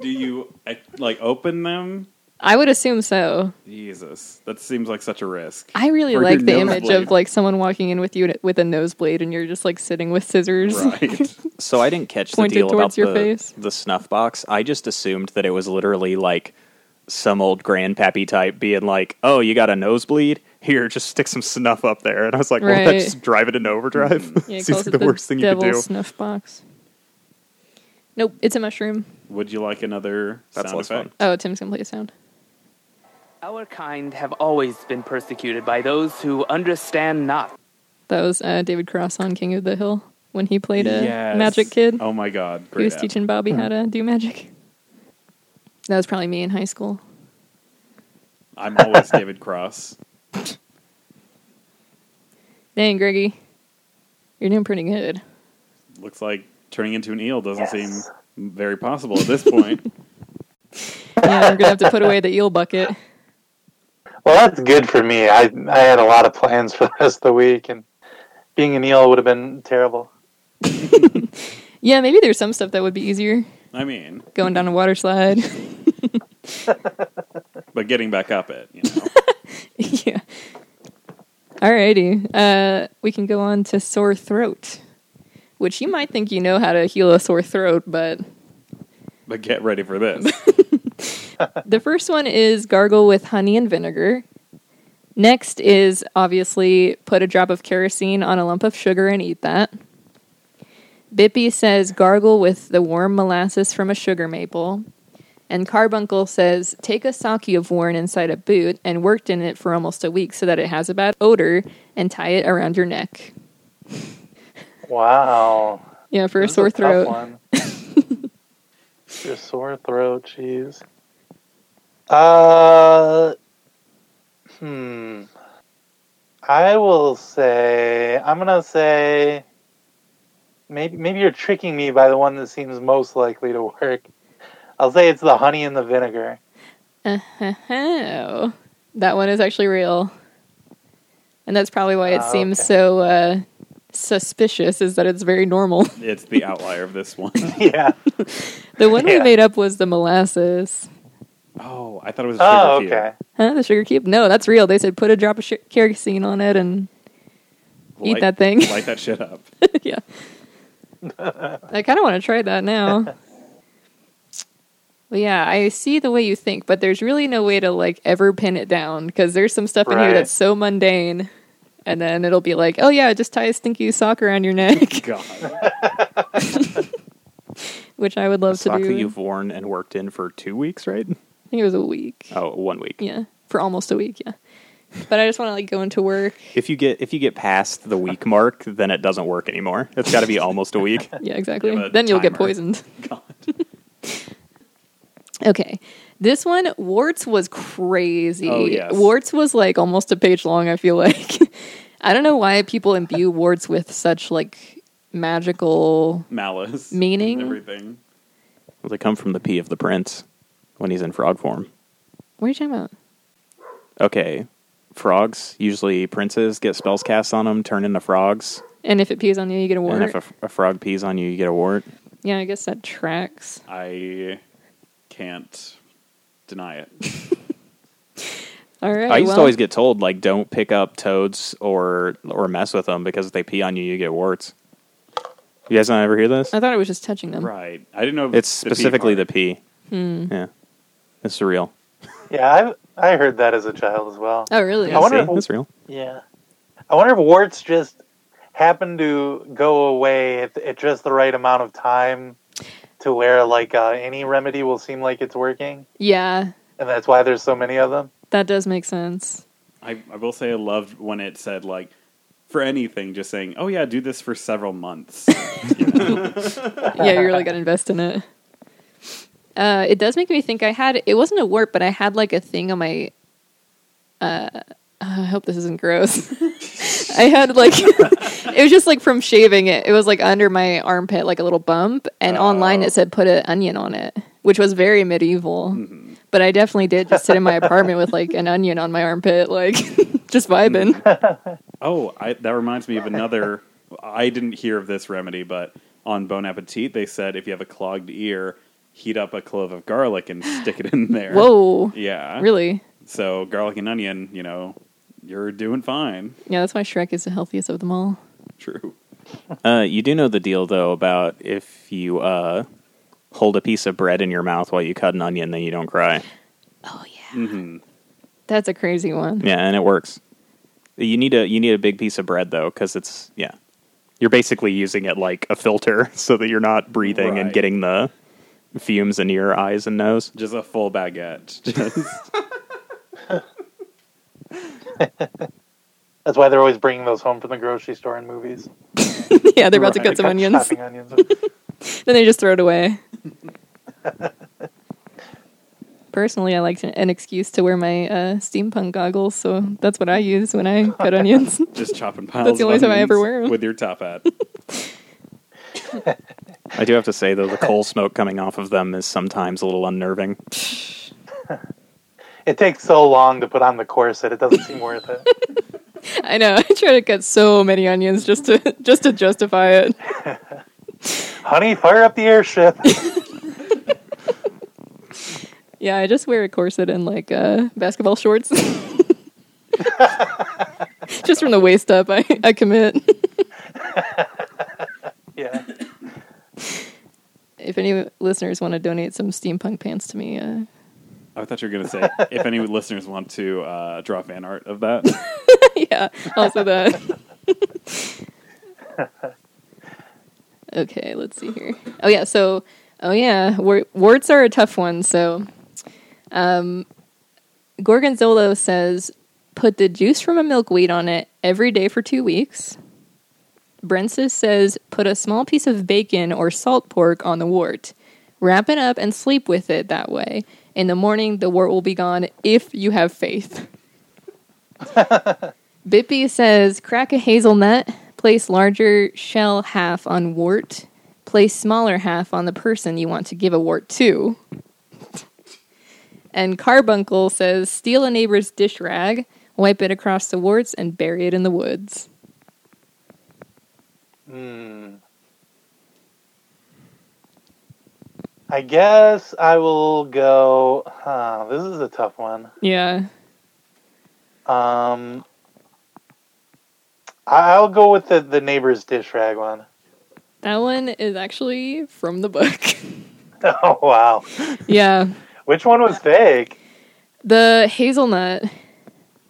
S2: do you I- like open them?
S1: I would assume so.
S2: Jesus, that seems like such a risk.
S1: I really
S2: For your
S1: like the image
S2: nosebleed.
S1: of like someone walking in with you with a nosebleed, and you're just like sitting with scissors.
S2: Right.
S3: So I didn't catch the
S1: Pointed
S3: deal about
S1: towards your
S3: the,
S1: face.
S3: the snuff box. I just assumed that it was literally like some old grandpappy type being like, "Oh, you got a nosebleed? Here, just stick some snuff up there." And I was like, "Well,
S1: Right.
S3: that just drive it into overdrive."
S2: Mm-hmm.
S1: Yeah, he
S3: Seems
S1: calls
S3: like
S1: it
S3: the, worst thing you could
S1: devil's
S3: do.
S1: snuff box. Nope, it's a mushroom.
S2: Would you like another
S3: That's
S2: sound
S3: less fun.
S2: effect?
S1: Oh, Tim's gonna play a sound.
S10: Our kind have always been persecuted by those who understand not.
S1: That was uh, David Cross on King of the Hill when he played a
S2: Yes.
S1: magic kid.
S2: Oh my god,
S1: he
S2: great.
S1: was
S2: app.
S1: teaching Bobby how to do magic. That was probably me in high school.
S2: I'm always David Cross.
S1: Dang, Greggy, you're doing pretty good.
S2: Looks like turning into an eel doesn't
S4: Yes.
S2: seem very possible at this point.
S1: Yeah, we're gonna have to put away the eel bucket.
S4: Well, that's good for me. I I had a lot of plans for the rest of the week, and being an eel would have been terrible.
S1: Yeah, maybe there's some stuff that would be easier.
S2: I mean,
S1: Going down a water slide.
S2: but getting back up it, you know.
S1: yeah. Alrighty. Uh, we can go on to sore throat, which you might think you know how to heal a sore throat, but
S2: but get ready for this.
S1: the first one is gargle with honey and vinegar. Next is obviously put a drop of kerosene on a lump of sugar and eat that. Bippy says gargle with the warm molasses from a sugar maple. And Carbuncle says take a sock you've worn inside a boot and worked in it for almost a week so that it has a bad odor and tie it around your neck.
S4: Wow.
S1: Yeah, for
S4: That's
S1: a sore
S4: tough
S1: throat.
S4: one. Your sore throat, jeez. Uh, hmm. I will say I'm gonna say maybe maybe you're tricking me by the one that seems most likely to work. I'll say it's the honey and the vinegar.
S1: Oh, that one is actually real. And that's probably why it
S2: Ah,
S1: seems so uh, suspicious, is that it's very normal.
S2: It's the outlier of this one.
S4: yeah.
S1: the one we
S2: Yeah.
S1: made up was the molasses.
S2: Oh, I thought it was a sugar
S4: Oh,
S2: cube.
S4: okay.
S1: Huh? The sugar cube? No, that's real. They said put a drop of sh- kerosene on it and eat
S2: Light-
S1: that thing.
S2: Light that shit up.
S1: yeah. I kind of want to try that now. Well, yeah, I see the way you think, but there's really no way to like ever pin it down because there's some stuff in here
S4: Right.
S1: that's so mundane, and then it'll be like, oh yeah, just tie a stinky sock around your neck. Which I would love to
S3: sock
S1: do.
S3: that you've worn and worked in for two weeks, right?
S1: I think it was a week.
S3: Oh, one week.
S1: Yeah, for almost a week. Yeah, but I just want to like go into work.
S3: If you get if you get past the week mark, then it doesn't work anymore. It's got to be almost a week.
S1: Yeah, exactly.
S3: You have a
S1: Then you'll get
S3: timer.
S1: poisoned. okay. This one, Warts was crazy.
S6: Oh, yes.
S1: Warts was like almost a page long, I feel like. I don't know why people imbue warts with such like magical
S2: Malice.
S1: Meaning?
S2: Everything.
S3: Well, they come from the pee of the prince when he's in frog form.
S1: What are you talking about?
S3: Okay, frogs usually princes get spells cast on them, turn into frogs,
S1: And if it pees on you, you get a wart.
S3: and if a, a frog pees on you, you get a wart.
S1: yeah, I guess that tracks.
S2: I can't deny it.
S1: All right.
S3: I used
S1: well,
S3: to always get told like don't pick up toads or or mess with them because if they pee on you, you get warts. You guys not ever hear this?
S1: I thought it was just touching them.
S2: Right. I didn't know.
S3: It's specifically the pee.
S1: Hmm.
S3: Yeah, it's surreal.
S4: Yeah, I I heard that as a child as well.
S1: Oh, really?
S4: I wonder
S3: See?
S4: if
S3: That's real.
S4: Yeah. I wonder if warts just happen to go away at, at just the right amount of time to where like uh, any remedy will seem like it's working,
S1: Yeah,
S4: and that's why there's so many of them.
S1: that does make sense.
S2: I, I will say I loved when it said like for anything, just saying, "Oh yeah, do this for several months." You know?
S1: yeah, you really got to invest in it. Uh, it does make me think I had it wasn't a warp, but I had like a thing on my. Uh, I hope this isn't gross. I had like it was just like from shaving it. It was like under my armpit, like a little bump, and online it said put an onion on it, which was very medieval. But I definitely did just sit in my apartment with like an onion on my armpit, like just vibing.
S2: oh, I, that reminds me of another. I didn't hear of this remedy, but on Bon Appetit, they said if you have a clogged ear, heat up a clove of garlic and stick it in there.
S1: Whoa.
S2: Yeah.
S1: Really?
S2: So garlic and onion, you know, you're doing fine.
S1: Yeah, that's why Shrek is the healthiest of them all.
S2: True.
S3: Uh, you do know the deal though about if you uh, hold a piece of bread in your mouth while you cut an onion, then you don't cry.
S2: Mm-hmm.
S1: That's a crazy one.
S3: Yeah, and it works. You need a you need a big piece of bread though, because it's yeah. You're basically using it like a filter so that you're not breathing and
S2: Right.
S3: getting the fumes into your eyes and nose.
S2: Just a full baguette. Just-
S4: That's why they're always bringing those home from the grocery store in movies.
S1: yeah, they're about to
S4: Right.
S1: cut some
S4: Cut
S1: onions.
S4: chopping onions.
S1: then they just throw it away. Personally, I like to- an excuse to wear my uh, steampunk goggles, so that's what I use when I cut onions.
S2: just chopping piles.
S1: That's the
S2: of
S1: only time I
S2: onions
S1: ever wear 'em.
S2: with your top hat.
S3: I do have to say though, the coal smoke coming off of them is sometimes a little unnerving.
S4: It takes so long to put on the corset; it doesn't seem worth it.
S1: I know. I try to cut so many onions just to just to justify it.
S4: Honey, fire up the airship.
S1: Yeah, I just wear a corset and like uh, basketball shorts. just from the waist up, I, I commit.
S4: yeah.
S1: If any listeners want to donate some steampunk pants to me, uh,
S2: I thought you were going to say if any listeners want to uh, draw fan art of that.
S1: yeah, also that. okay, let's see here. Oh yeah, so oh yeah, wor- warts are a tough one. So, um, Gorgonzolo says put the juice from a milkweed on it every day for two weeks. Brensis says put a small piece of bacon or salt pork on the wart. Wrap it up and sleep with it that way. In the morning, the wart will be gone if you have faith. Bippy says crack a hazelnut, place larger shell half on wart, place smaller half on the person you want to give a wart to. And Carbuncle says steal a neighbor's dish rag, wipe it across the warts, and bury it in the woods.
S4: Hmm. I guess I will go. Huh, this is a tough one.
S1: Yeah.
S4: Um, I- I'll go with the, the neighbor's dish rag one.
S1: That one is actually from the book.
S4: Oh wow!
S1: yeah.
S4: Which one was fake?
S1: The hazelnut,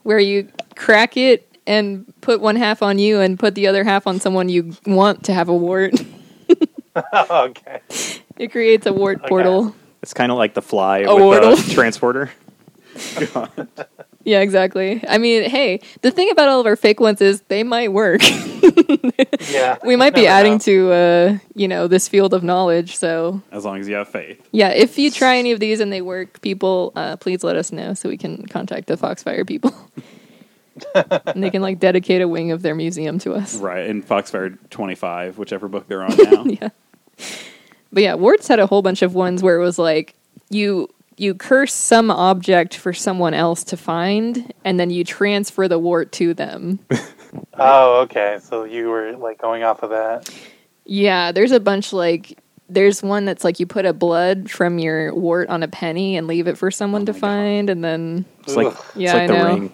S1: where you crack it and put one half on you and put the other half on someone you want to have a wart.
S4: Oh, okay.
S1: It creates a wart portal.
S3: It's kind of like the fly
S1: A
S2: Oh,
S3: with
S1: wardle.
S3: the transporter.
S1: Yeah, exactly. I mean, hey, the thing about all of our fake ones is they might work.
S4: Yeah.
S1: we might be
S2: Never
S1: adding
S2: know.
S1: to, uh, you know, this field of knowledge. So,
S2: As long as you have faith.
S1: yeah, if you try any of these and they work, people, uh, please let us know so we can contact the Foxfire people. and they can, like, dedicate a wing of their museum to us.
S2: Right. In Foxfire 25, whichever book they're on now.
S1: yeah. But yeah, Warts had a whole bunch of ones where it was like you you curse some object for someone else to find, and then you transfer the wart to them.
S4: Oh, okay. So you were like going off of that.
S1: yeah, there's a bunch like there's one that's like you put a blood from your wart on a penny and leave it for someone
S3: Oh
S1: to find, and then
S3: It's like,
S1: yeah,
S3: it's like
S1: I
S3: the
S1: know.
S3: ring.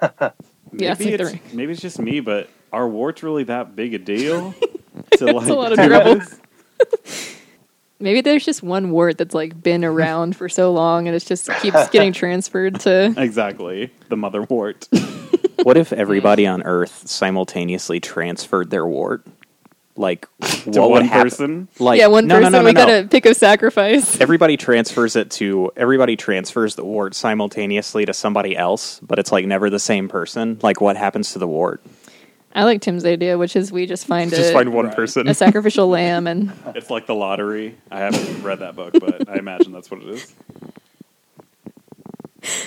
S1: Yeah, it's
S2: maybe,
S1: like the
S2: it's,
S1: ring.
S2: maybe it's just me, but are warts really that big a deal? to,
S1: It's
S2: like,
S1: a lot of
S2: do
S1: trouble.
S2: this?
S1: Maybe there's just one wart that's like been around for so long, and it's just keeps getting transferred to
S2: Exactly. The mother wart.
S3: What if everybody on Earth simultaneously transferred their wart? Like what would
S2: one
S3: happen?
S2: person?
S3: Like
S1: yeah, one
S3: no,
S1: person.
S3: No, no, no,
S1: we
S3: no.
S1: gotta pick a sacrifice.
S3: Everybody transfers it to everybody transfers the wart simultaneously to somebody else, but it's like never the same person. Like what happens to the wart?
S1: I like Tim's idea, which is we just find
S3: Just
S1: a,
S3: find one person.
S1: a sacrificial lamb, and
S2: It's like the lottery. I haven't read that book, but I imagine that's what it is.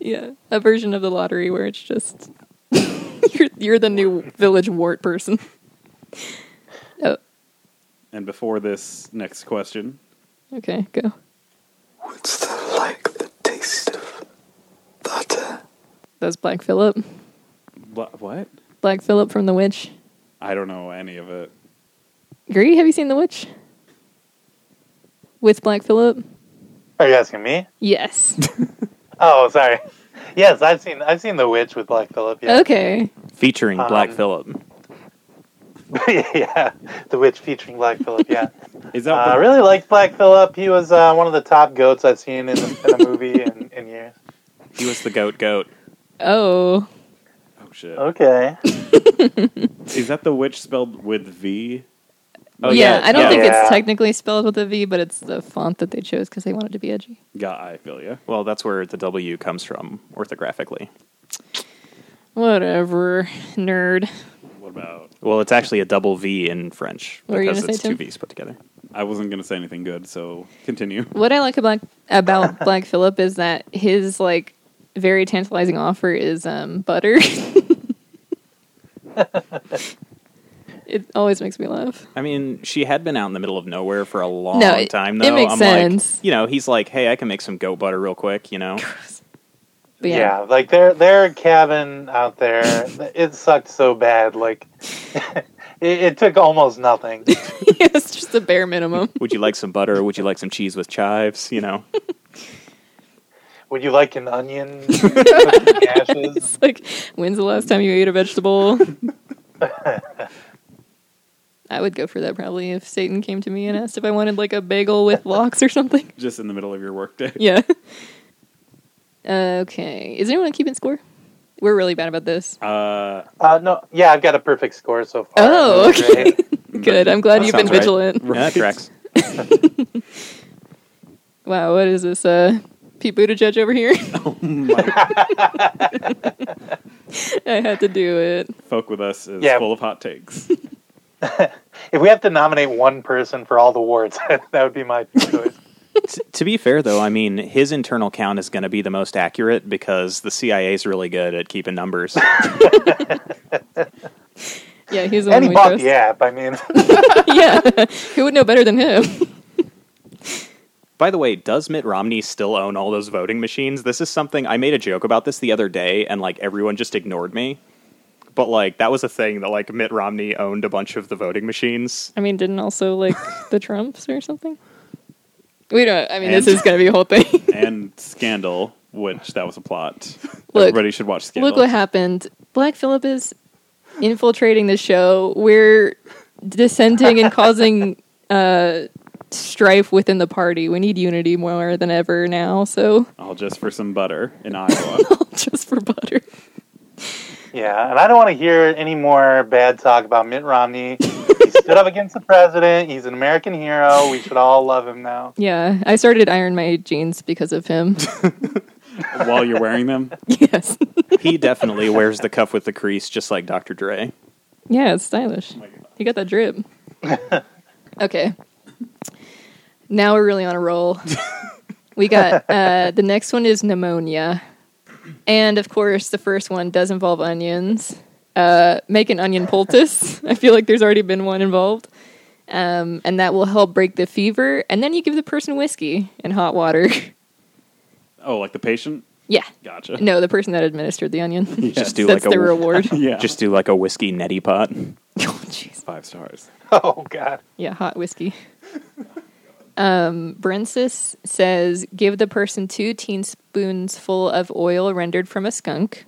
S1: yeah, a version of the lottery where it's just you're you're the new village wart person. Oh,
S2: And before this next question,
S1: okay, go. What's the like the taste of butter? That's Black Phillip.
S2: Bla- what?
S1: Black Phillip from The Witch.
S2: I don't know any of it.
S1: Gree, have you seen The Witch? With Black Phillip?
S4: Are you asking me?
S1: Yes.
S4: Oh, sorry. Yes, I've seen I've seen The Witch with Black Phillip. Yeah.
S1: Okay.
S3: Featuring Black
S4: Um,
S3: Phillip.
S4: yeah, The Witch featuring Black Phillip. Yeah.
S2: Is
S4: Uh,
S2: that
S4: I
S2: the-
S4: really liked Black Phillip. He was uh, one of the top goats I've seen in, in a movie in, in years.
S3: He was the goat goat.
S1: Oh.
S2: Oh shit.
S4: Okay.
S2: Is that the witch spelled with V?
S3: Oh,
S1: yeah,
S3: yeah,
S1: I don't
S3: yeah.
S1: think
S4: Yeah.
S1: it's technically spelled with a V, but it's the font that they chose because they wanted to be edgy.
S2: Yeah, I feel ya.
S3: Well, that's where the W comes from orthographically.
S1: Whatever, nerd.
S2: What about?
S3: Well, it's actually a double V in French
S1: What were you
S3: because
S1: gonna
S3: it's
S1: say,
S3: two
S1: Tim?
S3: V's put together.
S2: I wasn't gonna say anything good, so continue.
S1: What I like about about Black Phillip is that his like very tantalizing offer is um, butter. It always makes me laugh.
S3: I mean, she had been out in the middle of nowhere for a long
S1: No, it-
S3: time,
S1: it
S3: though.
S1: makes
S3: I'm
S1: sense.
S3: like, you know, he's like, hey, I can make some goat butter real quick, you know?
S1: But yeah.
S4: yeah, like their their cabin out there, it sucked so bad. Like it, it took almost nothing.
S1: it's just the bare minimum.
S3: Would you like some butter? Would you like some cheese with chives? You know?
S4: Would you like an onion? with ashes?
S1: It's like, when's the last time you ate a vegetable? I would go for that probably if Satan came to me and asked if I wanted like a bagel with lox or something.
S2: Just in the middle of your workday.
S1: Yeah. Okay. Is anyone keeping score? We're really bad about this.
S2: Uh,
S4: Uh, no, yeah, I've got a perfect score so far.
S1: Oh,
S4: That's
S1: okay.
S4: great.
S1: Good. I'm glad
S3: That
S1: you've been
S3: sounds right.
S1: vigilant.
S3: Yeah, that tracks.
S1: Wow, what is this? Uh, Pete Buttigieg over here? I had to do it.
S2: Folk with Us is
S4: Yeah.
S2: full of hot takes.
S4: If we have to nominate one person for all the awards, that would be my choice.
S3: T- to be fair, though, I mean, his internal count is going to be the most accurate because the CIA's really good at keeping numbers.
S1: Yeah, he's the
S4: And
S1: one
S4: he
S1: we
S4: bought
S1: trust.
S4: the app. I mean,
S1: yeah, who would know better than him?
S3: By the way, does Mitt Romney still own all those voting machines? This is something I made a joke about this the other day, and like everyone just ignored me. But like that was a thing that like Mitt Romney owned a bunch of the voting machines.
S1: I mean, didn't also like the Trumps or something? We don't. I mean, this
S2: And-
S1: is going to be a whole thing.
S2: and Scandal, which that was a plot.
S1: Look-
S2: Everybody should watch Scandal.
S1: Look what happened. Black Phillip is infiltrating the show. We're dissenting and causing uh, strife within the party. We need unity more than ever now. So
S2: All just for some butter in Iowa.
S1: just for butter.
S4: yeah, and I don't want to hear any more bad talk about Mitt Romney. he stood up against the president. He's an American hero. We should all love him now.
S1: Yeah, I started iron my jeans because of him.
S2: While you're wearing them,
S1: yes.
S3: He definitely wears the cuff with the crease, just like Dr. Dre.
S1: Yeah, it's stylish. You got that drip. okay. Now we're really on a roll. we got uh, the next one is pneumonia. And of course, the first one does involve onions. Uh, make an onion poultice. I feel like there's already been one involved. Um, and that will help break the fever. And then you give the person whiskey and hot water.
S2: oh, like the patient.
S1: yeah.
S2: Gotcha.
S1: No, the person that administered the onion.
S3: Just do
S1: That's
S3: like a
S1: the reward.
S2: Yeah.
S3: Just do like a whiskey neti pot.
S1: Oh, jeez.
S2: five stars.
S4: Oh God.
S1: Yeah, hot whiskey. um, Brensis says give the person two teaspoons full of oil rendered from a skunk.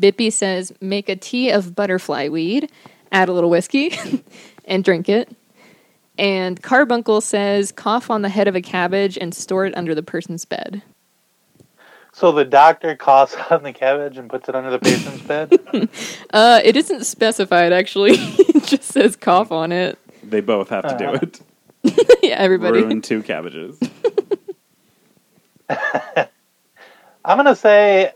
S1: Bippy says make a tea of butterfly weed, add a little whiskey, and drink it. And Carbuncle says cough on the head of a cabbage and store it under the person's bed.
S4: So the doctor coughs on the cabbage and puts it under the patient's bed.
S1: Uh, it isn't specified actually. it just says cough on it.
S2: They both have to do
S4: Uh,
S2: it.
S1: yeah, everybody.
S2: Ruin two cabbages.
S4: I'm gonna say,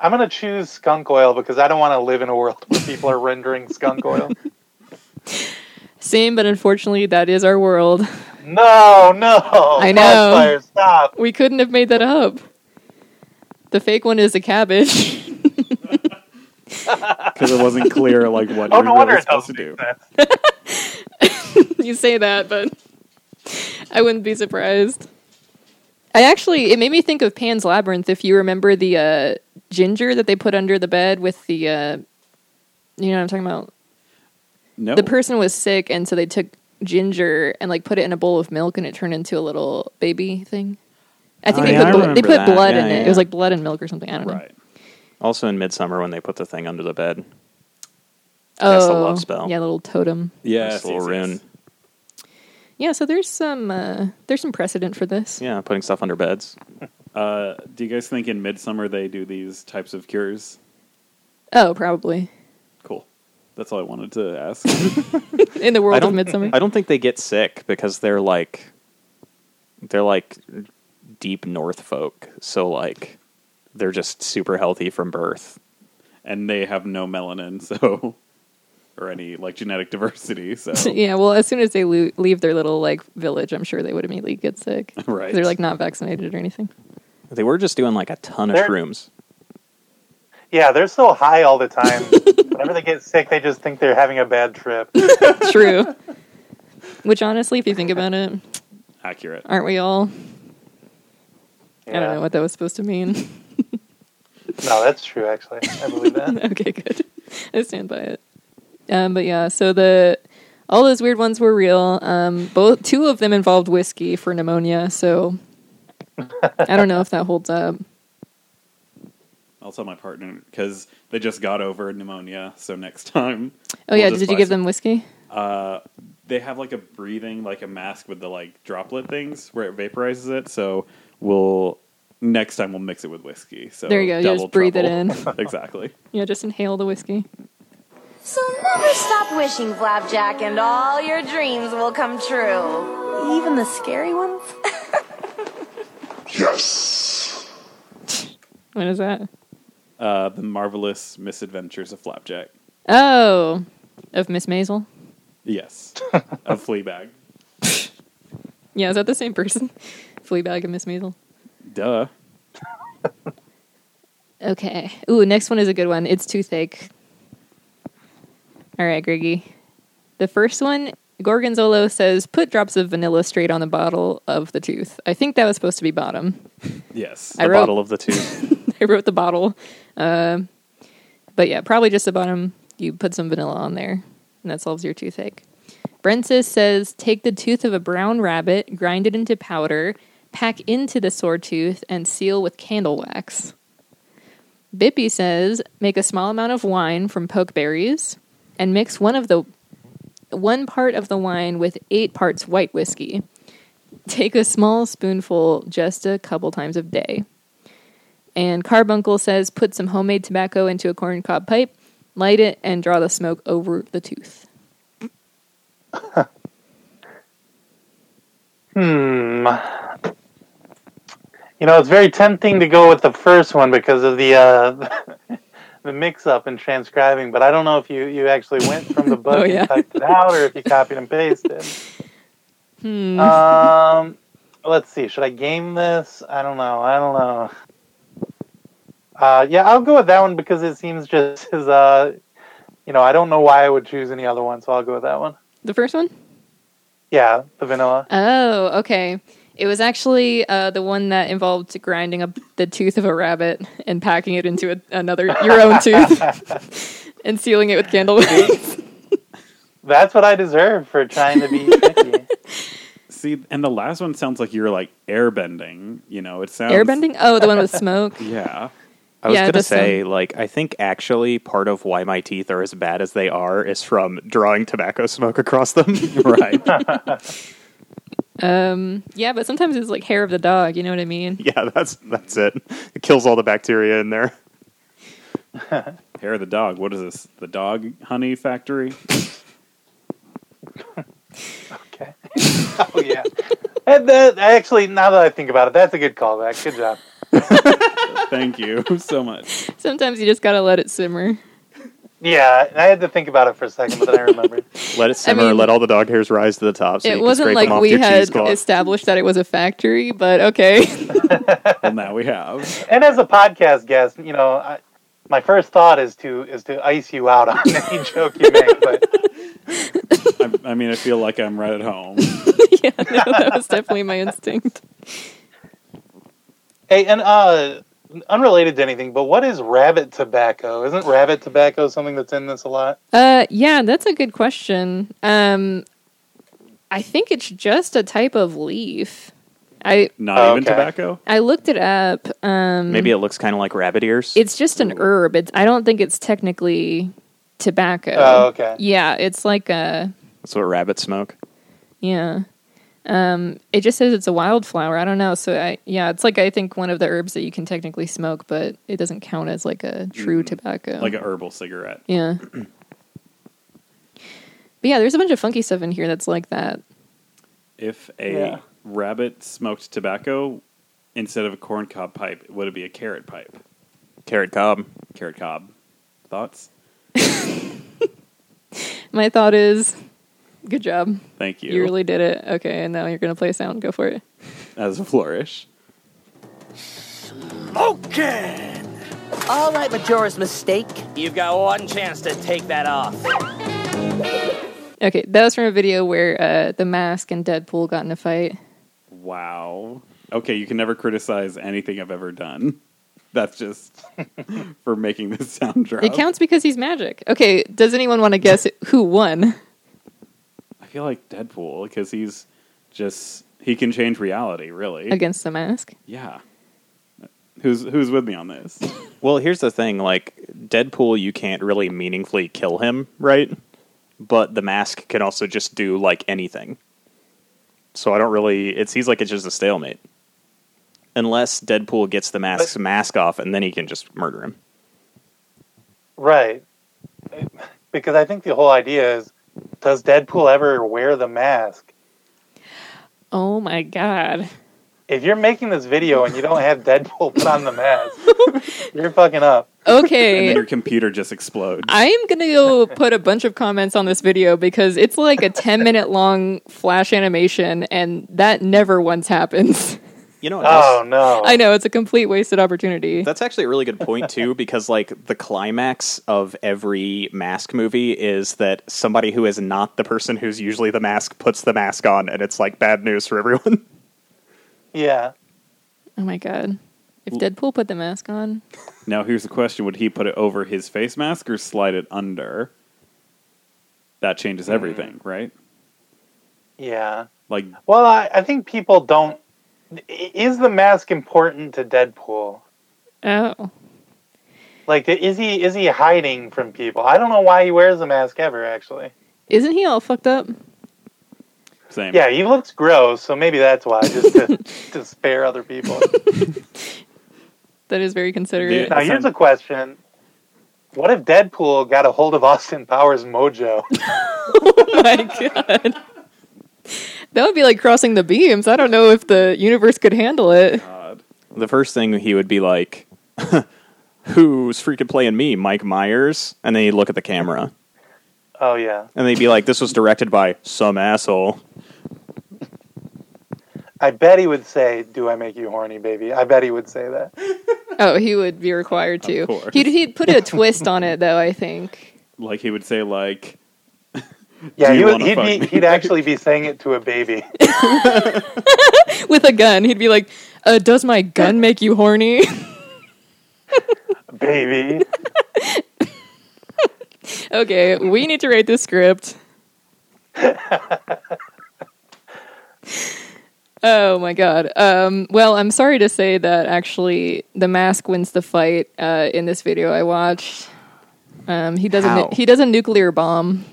S4: I'm gonna choose skunk oil because I don't want to live in a world where people are rendering skunk oil.
S1: Same, but unfortunately, that is our world.
S4: No, no.
S1: I know.
S4: Crossfire, stop.
S1: We couldn't have made that up. The fake one is a cabbage.
S2: Because it wasn't clear like what
S4: Oh,
S2: you're
S4: no wonder
S2: really
S4: it
S2: supposed to
S4: doesn't
S2: do.
S4: do that.
S1: you say that, but I wouldn't be surprised. I actually, it made me think of Pan's Labyrinth. If you remember the uh, ginger that they put under the bed with the, uh, you know what I'm talking about?
S2: No.
S1: The person was sick, and so they took ginger and like put it in a bowl of milk, and it turned into a little baby thing. I think
S3: Oh,
S1: they,
S3: yeah, I
S1: put, bl- they
S3: remember
S1: put
S3: that.
S1: blood in
S3: Yeah,
S1: it. It
S3: yeah.
S1: was like blood and milk or something. I don't know.
S2: right.
S3: Also in Midsummer when they put the thing under the bed.
S1: Oh,
S3: That's the love spell.
S1: Yeah, little totem.
S2: Yes.
S3: Nice little
S2: yes, yes.
S3: rune.
S1: Yeah, so there's some uh, there's some precedent for this.
S3: Yeah, putting stuff under beds.
S2: Uh, do you guys think in Midsummer they do these types of cures?
S1: Oh, probably
S2: Cool. That's all I wanted to ask.
S1: in the
S3: I
S1: world of
S3: don't,
S1: Midsummer.
S3: I don't think they get sick because they're like they're like deep north folk. So like they're just super healthy from birth.
S2: and they have no melanin, so or any like genetic diversity. So
S1: yeah, well, as soon as they lo- leave their little like village, I'm sure they would immediately get sick.
S2: Right.
S1: They're like not vaccinated or anything.
S3: They were just doing like a ton of
S4: They're-
S3: shrooms.
S4: Yeah, they're so high all the time. but Whenever they get sick, they just think they're having a bad trip.
S1: True. Which honestly, if you think about it,
S2: Accurate.
S1: aren't we all? I
S4: Yeah.
S1: don't know what that was supposed to mean.
S4: No, that's true. Actually, I believe that.
S1: okay, good. I stand by it. Um, but yeah, so the all those weird ones were real. Um, both two of them involved whiskey for pneumonia, so I don't know if that holds up.
S2: I'll tell my partner because they just got over pneumonia, so next time.
S1: Oh yeah,
S2: we'll just
S1: did you
S2: buy
S1: give
S2: some-
S1: them whiskey?
S2: Uh, they have like a breathing, like a mask with the like droplet things where it vaporizes it. So we'll next time we'll mix it with whiskey. So
S1: There you go, you
S2: double
S1: just breathe it in.
S2: trouble. exactly.
S1: Yeah, just inhale the whiskey.
S11: So never stop wishing, Flapjack, and all your dreams will come true. Even the scary ones?
S1: What is that?
S2: Uh, the marvelous misadventures of Flapjack.
S1: Oh, of Miss Maisel.
S2: Yes, of Fleabag.
S1: Yeah, is that the same person? Fleabag and Miss Maisel.
S2: Duh.
S1: Okay. Ooh, next one is a good one. It's toothache. All right, Griggy. The first one, Gorgonzolo says, "Put drops of vanilla straight on the bottle of the tooth." I think that was supposed to be bottom.
S2: Yes.
S1: I wrote-
S3: of the tooth.
S1: I wrote the bottle, uh, but yeah, probably just the bottom. You put some vanilla on there, and that solves your toothache. Brensis says, "Take the tooth of a brown rabbit, grind it into powder, pack into the sore tooth, and seal with candle wax." Bippy says, make a small amount of wine from pokeberries and mix one of the one part of the wine with eight parts white whiskey. Take a small spoonful just a couple times a day. And Carbuncle says, put some homemade tobacco into a corncob pipe, light it, and draw the smoke over the tooth.
S4: Hmm. You know, it's very tempting to go with the first one because of the uh, the mix-up in transcribing, but I don't know if you, you actually went from the book
S1: Oh, yeah.
S4: and typed it out, or if you copied and pasted.
S1: Hmm.
S4: um, let's see. Should I game this? I don't know. I don't know. Uh, yeah, I'll go with that one because it seems just as uh, you know, I don't know why I would choose any other one, so I'll go with that one.
S1: the first one?
S4: Yeah, the vanilla.
S1: Oh, okay. It was actually uh, the one that involved grinding up the tooth of a rabbit and packing it into a, another your own tooth and sealing it with candle wax.
S4: That's what I deserve for trying to be picky.
S2: See, and the last one sounds like you're like airbending. You know, it sounds
S1: Airbending? Oh, the one with smoke.
S2: Yeah.
S3: I was
S1: Yeah,
S3: gonna
S1: that's
S3: say, like, I think actually part of why my teeth are as bad as they are is from drawing tobacco smoke across them.
S2: right.
S1: Um, yeah, but sometimes it's like hair of the dog. You know what I mean?
S3: Yeah, that's that's it. It kills all the bacteria in there.
S2: Hair of the dog. What is this? The dog honey factory?
S4: Okay. oh yeah. And that, actually, now that I think about it, that's a good callback. Good job.
S2: Thank you so much.
S1: Sometimes you just gotta let it simmer.
S4: Yeah, I had to think about it for a second, but then I remembered.
S3: Let it simmer.
S1: mean,
S3: let all the dog hairs rise to the top. So you
S1: it
S3: can
S1: wasn't
S3: scrape
S1: like
S3: them off
S1: we
S3: your
S1: had
S3: cheesecloth.
S1: established that it was a factory, but okay.
S2: Well, now we have.
S4: and as a podcast guest, you know, I, my first thought is to is to ice you out on any joke you make. But
S2: I, I mean, I feel like I'm right at home.
S1: yeah, no, that was definitely my instinct.
S4: hey, and uh, unrelated to anything, but what is rabbit tobacco? Isn't rabbit tobacco something that's in this a lot?
S1: Uh, yeah, that's a good question. Um, I think it's just a type of leaf. I
S2: Not
S4: Oh,
S2: even
S4: okay.
S2: tobacco.
S1: I looked it up. Um,
S3: Maybe it looks kind of like rabbit ears.
S1: it's just an herb. It's I don't think it's technically tobacco.
S4: Oh, okay.
S1: Yeah, it's like a
S3: that's what rabbits smoke.
S1: yeah. Um, it just says it's a wildflower. I don't know. So I yeah, it's like I think one of the herbs that you can technically smoke, but it doesn't count as like a
S4: Mm-hmm.
S1: true tobacco.
S2: Like a herbal cigarette.
S1: Yeah. but yeah, there's a bunch of funky stuff in here that's like that.
S2: If a
S4: Yeah.
S2: rabbit smoked tobacco instead of a corn cob pipe, would it be a carrot pipe?
S3: Carrot cob.
S2: Carrot cob. Thoughts?
S1: My thought is, good job.
S2: Thank you.
S1: You really did it. Okay, and now you're gonna play a sound. Go for it.
S2: As a flourish.
S11: Smoking!
S12: All right, Majora's mistake.
S13: You've got one chance to take that off.
S1: Okay, that was from a video where uh, the mask and Deadpool got in a fight.
S2: Wow. Okay, you can never criticize anything I've ever done. That's just for making this sound drop.
S1: It counts because he's magic. Okay, does anyone want to guess who won?
S2: I feel like Deadpool because he's just he can change reality, really.
S1: Against the mask?
S2: Yeah. Who's who's with me on this?
S3: Well, here's the thing: like Deadpool, you can't really meaningfully kill him, right? But the mask can also just do like anything. So I don't really. It seems like it's just a stalemate, unless Deadpool gets the mask's mask off, and then he can just murder him.
S4: Right. Because I think the whole idea is does Deadpool ever wear the mask?
S1: Oh my god.
S4: If you're making this video and you don't have Deadpool put on the mask, you're fucking up.
S2: and then
S1: Okay,
S2: your computer just explodes.
S1: I'm gonna go put a bunch of comments on this video because it's like a 10 minute long flash animation, and that never once happens.
S3: You know.
S4: Oh no.
S1: I know it's a complete wasted opportunity.
S3: That's actually a really good point too, because like the climax of every mask movie is that somebody who is not the person who's usually the mask puts the mask on, and it's like bad news for everyone.
S4: Yeah.
S1: Oh my god. If Deadpool put the mask on,
S2: Now here's the question: Would he put it over his face mask or slide it under? That changes
S4: Mm-hmm.
S2: everything, right?
S4: Yeah.
S2: Like
S4: Well, I, I think people don't. i- Is the mask important to Deadpool?
S1: oh.
S4: Like, is he is he hiding from people? I don't know why he wears a mask ever. Actually,
S1: Isn't he all fucked up?
S2: same.
S4: yeah, he looks gross, so maybe that's why, just to, to spare other people.
S1: That is very considerate.
S4: now, here's a question: What if Deadpool got a hold of Austin Powers' mojo?
S1: oh my god. That would be like crossing the beams. I don't know if the universe could handle it.
S3: The first thing he would be like, "Who's freaking playing me, Mike Myers?" And then he'd look at the camera,
S4: oh yeah,
S3: and they'd be like, "This was directed by some asshole."
S4: I bet he would say, "Do I make you horny, baby?" I bet he would say that.
S1: Oh, he would be required to.
S2: course.
S1: He'd, he'd put a twist on it, though, I think.
S2: Like he would say, like,
S4: Yeah,
S2: Do
S4: he
S2: you
S4: would,
S2: wanna
S4: he'd
S2: fuck
S4: be,
S2: me?
S4: he'd actually be saying it to a baby.
S1: With a gun. He'd be like, uh, Does my gun make you horny?
S4: baby.
S1: okay, we need to rate this script. oh my god. Um, well, I'm sorry to say that actually the mask wins the fight uh, in this video I watched. Um, he doesn't.
S4: How?
S1: He does a nuclear bomb.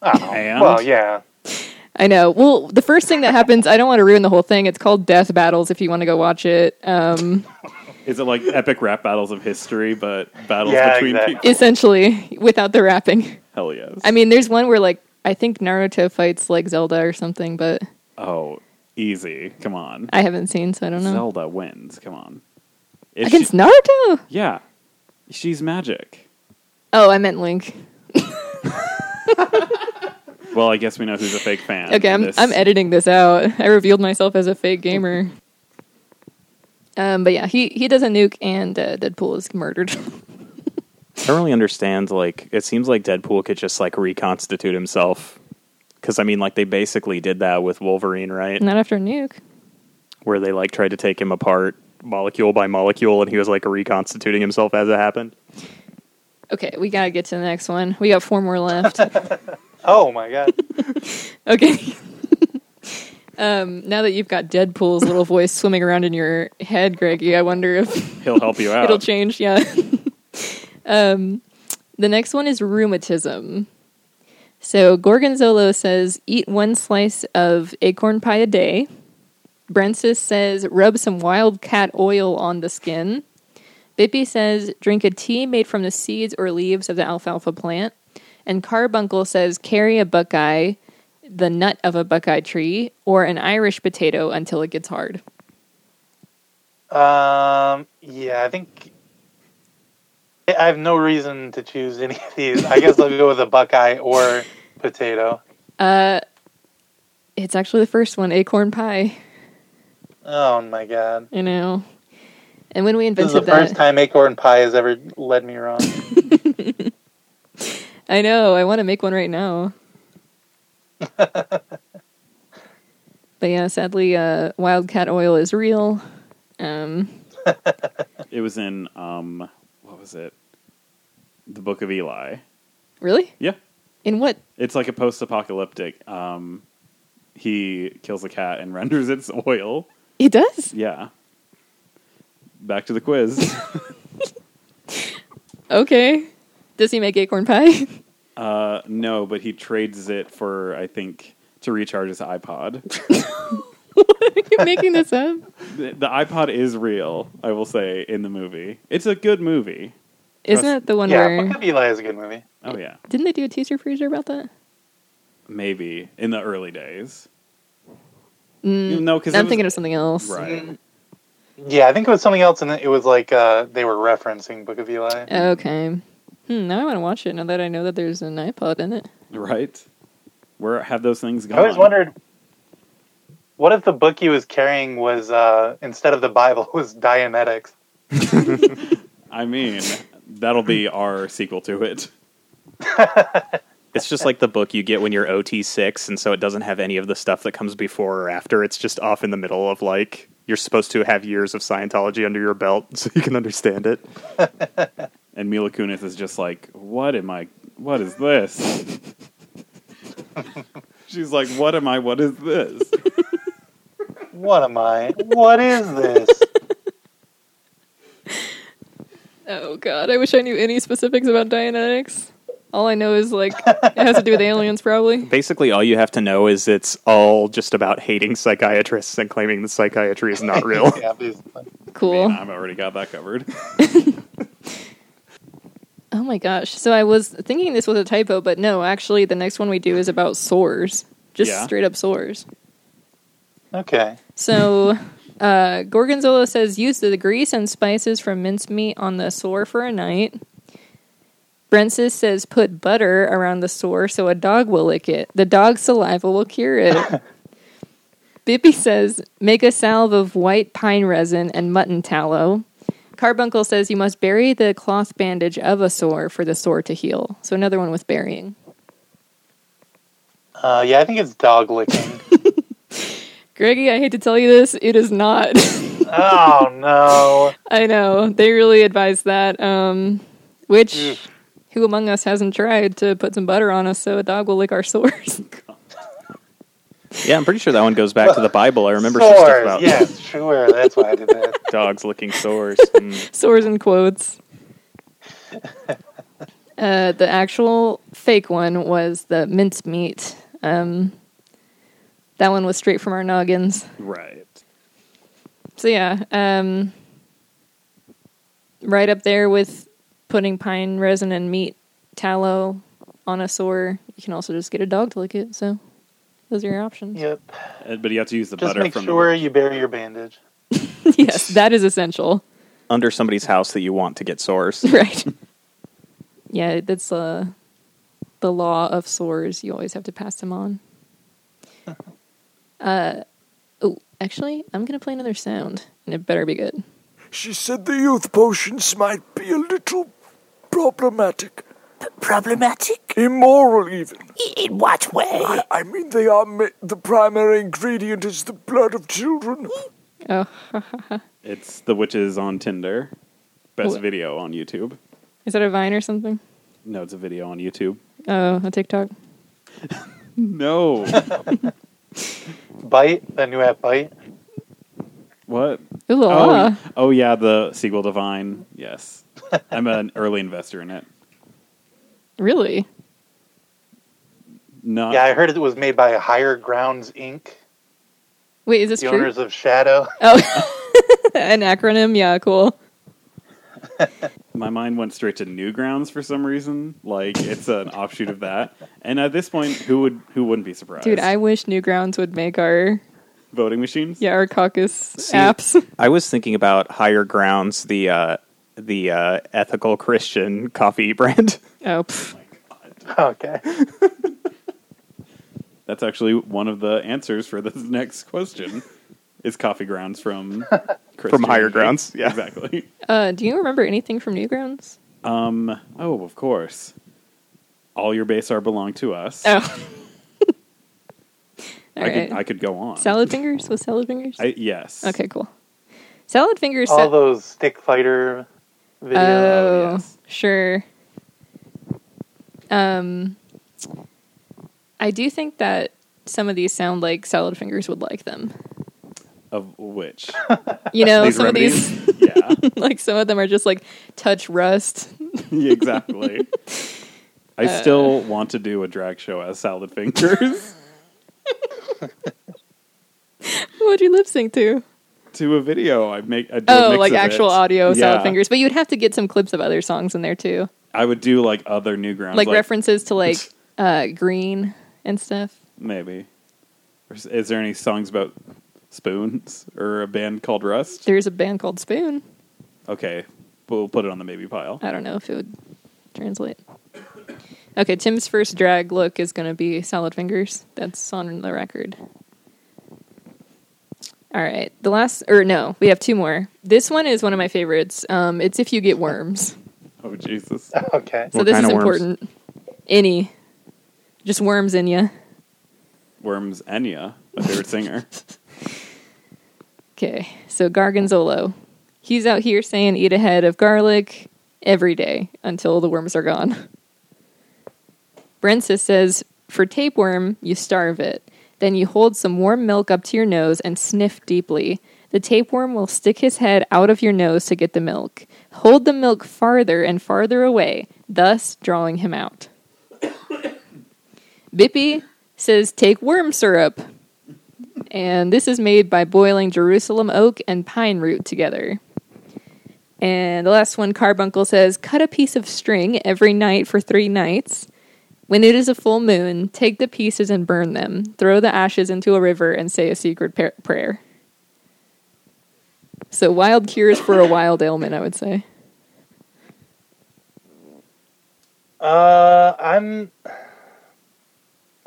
S4: Oh,
S2: And?
S4: well, yeah.
S1: I know. Well, the first thing that happens, I don't want to ruin the whole thing. It's called Death Battles. If you want to go watch it, um,
S2: is it like epic rap battles of history, but battles
S4: Yeah,
S2: between
S4: exactly.
S2: people?
S1: essentially without the rapping.
S2: Hell yes.
S1: I mean, there's one where like I think Naruto fights like Zelda or something, but
S2: oh, easy. Come on.
S1: I haven't seen, so I don't know.
S2: Zelda wins. Come on. If
S1: Against
S2: she-
S1: Naruto?
S2: yeah, she's magic.
S1: Oh, I meant Link.
S2: Well, I guess we know who's a fake fan.
S1: Okay, I'm
S2: This-
S1: I'm editing this out. I revealed myself as a fake gamer. Um, but yeah, he he does a nuke and uh, Deadpool is murdered.
S3: I don't really understand. Like, it seems like Deadpool could just like reconstitute himself. Because I mean, like they basically did that with Wolverine, right?
S1: Not after nuke.
S3: Where they like tried to take him apart molecule by molecule, and he was like reconstituting himself as it happened.
S1: Okay, we gotta get to the next one. We got four more left.
S4: Oh my god.
S1: Okay. um, now that you've got Deadpool's little voice swimming around in your head, Greggy, I wonder if
S2: He'll help you out.
S1: It'll change, yeah. um, the next one is rheumatism. So Gorgonzolo says, eat one slice of acorn pie a day. Brensis says, rub some wildcat oil on the skin. Bippy says, drink a tea made from the seeds or leaves of the alfalfa plant. And Carbuncle says, carry a buckeye, the nut of a buckeye tree, or an Irish potato until it gets hard.
S4: Um, yeah, I think I I have no reason to choose any of these. I guess I'll go with a Buckeye or potato.
S1: Uh, it's actually the first one, acorn pie.
S4: Oh my god.
S1: You know. And when we
S4: This is the
S1: invented
S4: first
S1: that,
S4: time Acorn Pie has ever led me wrong.
S1: I know I want to make one right now. but yeah, sadly, uh, wildcat oil is real. Um,
S2: It was in um, what was it? The Book of Eli.
S1: really?
S2: Yeah,
S1: In what?
S2: it's like a post-apocalyptic. Um, he kills a cat and renders its oil.
S1: It does?
S2: Yeah. Back to the quiz.
S1: Okay. Does he make acorn pie?
S2: uh, no, but he trades it for I think to recharge his iPod.
S1: You're making this up.
S2: the, the iPod is real. I will say in the movie, it's a good movie.
S1: Isn't
S2: Trust-
S1: it the one where
S4: Eli is a good movie.
S2: Oh yeah,
S1: didn't they do a teaser freezer about that?
S2: maybe in the early days.
S1: Mm,
S2: No, 'cause it
S1: I'm
S2: was-
S1: thinking of something else.
S2: Right.
S4: Yeah, I think it was something else, and it was like uh, they were referencing Book of Eli.
S1: Oh. Okay. Hmm, now I want to watch it now that I know that there's an iPod in it.
S2: Right? Where have those things
S4: I always
S2: gone?
S4: wondered what if the book he was carrying was uh, instead of the Bible was Dianetics.
S2: I mean, that'll be our sequel to it.
S3: It's just like the book you get when you're OT6, and so it doesn't have any of the stuff that comes before or after. It's just off in the middle of like, you're supposed to have years of Scientology under your belt so you can understand it.
S2: And Mila Kunis is just like, "What am I? What is this?" She's like, "What am I? What is this?"
S4: What am I? What is this?
S1: Oh god, I wish I knew any specifics about Dianetics. All I know is like it has to do with aliens probably.
S3: Basically, all you have to know is it's all just about hating psychiatrists and claiming that psychiatry is not real.
S4: yeah, please.
S1: Cool.
S2: I've already got that covered.
S1: Oh my gosh. So I was thinking this was a typo, but no, actually the next one we do is about sores. Just
S4: Yeah.
S1: straight up sores.
S4: Okay.
S1: So uh, Gorgonzola says use the grease and spices from mincemeat on the sore for a night. Brensis says put butter around the sore so a dog will lick it. The dog's saliva will cure it. Bippy says make a salve of white pine resin and mutton tallow. Carbuncle says you must bury the cloth bandage of a sore for the sore to heal. So another one with burying.
S4: Uh, yeah, I think it's dog licking.
S1: Greggy, I hate to tell you this, it is not.
S4: oh no.
S1: I know. They really advise that. Um, which, who among us hasn't tried to put some butter on us so a dog will lick our sores?
S3: Yeah, I'm pretty sure that one goes back to the Bible. I remember some stuff
S4: Sores.
S3: about
S4: Yes, sure. That's why I did that.
S3: dogs licking sores. Mm.
S1: sores in quotes. uh, the actual fake one was the mincemeat. Um, that one was straight from our noggins.
S2: right.
S1: So yeah, um, right up there with putting pine resin and meat tallow on a sore. You can also just get a dog to lick it. So those are your options.
S4: Yep.
S2: Uh, But you have to use the
S4: Just
S2: butter
S4: make
S2: from
S4: sure you bury your bandage.
S1: yes, that is essential.
S3: Under somebody's house that you want to get sores.
S1: Right. Yeah, that's uh, the law of sores. You always have to pass them on. Uh, oh, actually, I'm gonna play another sound, and it better be good.
S12: She said the youth potions might be a little problematic. problematic? Immoral, even. In what way? I, I mean, they are. Ma- the primary ingredient is the blood of children.
S1: Oh,
S2: the. It's the witches on Tinder. Best
S1: Wh-
S2: video on YouTube.
S1: is that a vine or something?
S2: No, it's a video on YouTube.
S1: Oh, a TikTok. Hmm.
S2: No.
S4: Bite, that new app Bite.
S2: What?
S1: Ooh la
S2: oh,
S1: la.
S2: y- oh yeah, the sequel to Vine. Yes, I'm an early investor in it.
S1: Really?
S2: Not
S4: Yeah, I heard it was made by Higher Grounds Inc.
S1: Wait, is this
S4: the
S1: true?
S4: owners of Shadow.
S1: Oh, an acronym. Yeah, cool.
S2: my mind went straight to Newgrounds for some reason. Like it's an offshoot of that. And at this point, who would who wouldn't be surprised?
S1: Dude, I wish Newgrounds would make our
S2: voting machines.
S1: yeah our caucus
S3: See,
S1: apps.
S3: I was thinking about Higher Grounds, the uh, the uh, ethical Christian coffee brand.
S1: Oh, pff.
S4: okay.
S2: That's actually one of the answers for this next question. is coffee grounds from
S3: From higher grounds, yeah.
S2: exactly.
S1: Uh, do you remember anything from Newgrounds?
S2: Um. Oh, of course. All your base are belong to us.
S1: Oh.
S2: I
S1: All
S2: could
S1: right.
S2: I could go on.
S1: Salad fingers was salad fingers.
S2: I, yes.
S1: Okay, cool. Salad fingers.
S4: All
S1: sa-
S4: those stick fighter videos.
S1: Oh, sure. Um, I do think that some of these sound like salad fingers would like them.
S2: Of which.
S1: You know, some
S2: remedies?
S1: of these, like some of them are just like touch rust.
S2: Yeah, exactly. I
S1: Uh.
S2: still want to do a drag show as Salad Fingers
S1: What would you lip sync to?
S2: to a video. I make. I do a
S1: Oh,
S2: mix
S1: like
S2: of
S1: actual
S2: it.
S1: audio
S2: Yeah.
S1: salad fingers, but you'd have to get some clips of other songs in there too,
S2: I would do like other Newgrounds,
S1: like, references to like uh, Green and stuff.
S2: Maybe. Or is- Is there any songs about spoons or a band called Rust?
S1: There's a band called Spoon.
S2: Okay, we'll put it on the maybe pile.
S1: I don't know if it would translate. Okay, Tim's first drag look is going to be salad fingers. That's on the record. All right, the last or no, we have two more. This one is one of my favorites. Um, it's if you get worms.
S2: Oh Jesus.
S4: Okay.
S1: So this is important. Any, just worms in ya.
S2: Worms Enya, my favorite singer.
S1: Okay, so Gargonzolo, he's out here saying eat a head of garlic every day until the worms are gone. Brensis says, for tapeworm, you starve it. Then you hold some warm milk up to your nose and sniff deeply. The tapeworm will stick his head out of your nose to get the milk. Hold the milk farther and farther away, thus drawing him out. Bippy says, take worm syrup. And this is made by boiling Jerusalem oak and pine root together. And the last one, Carbuncle says, cut a piece of string every night for three nights. When it is a full moon, take the pieces and burn them. Throw the ashes into a river and say a secret par- prayer. So, wild cures for a wild ailment, I would say.
S4: Uh, I'm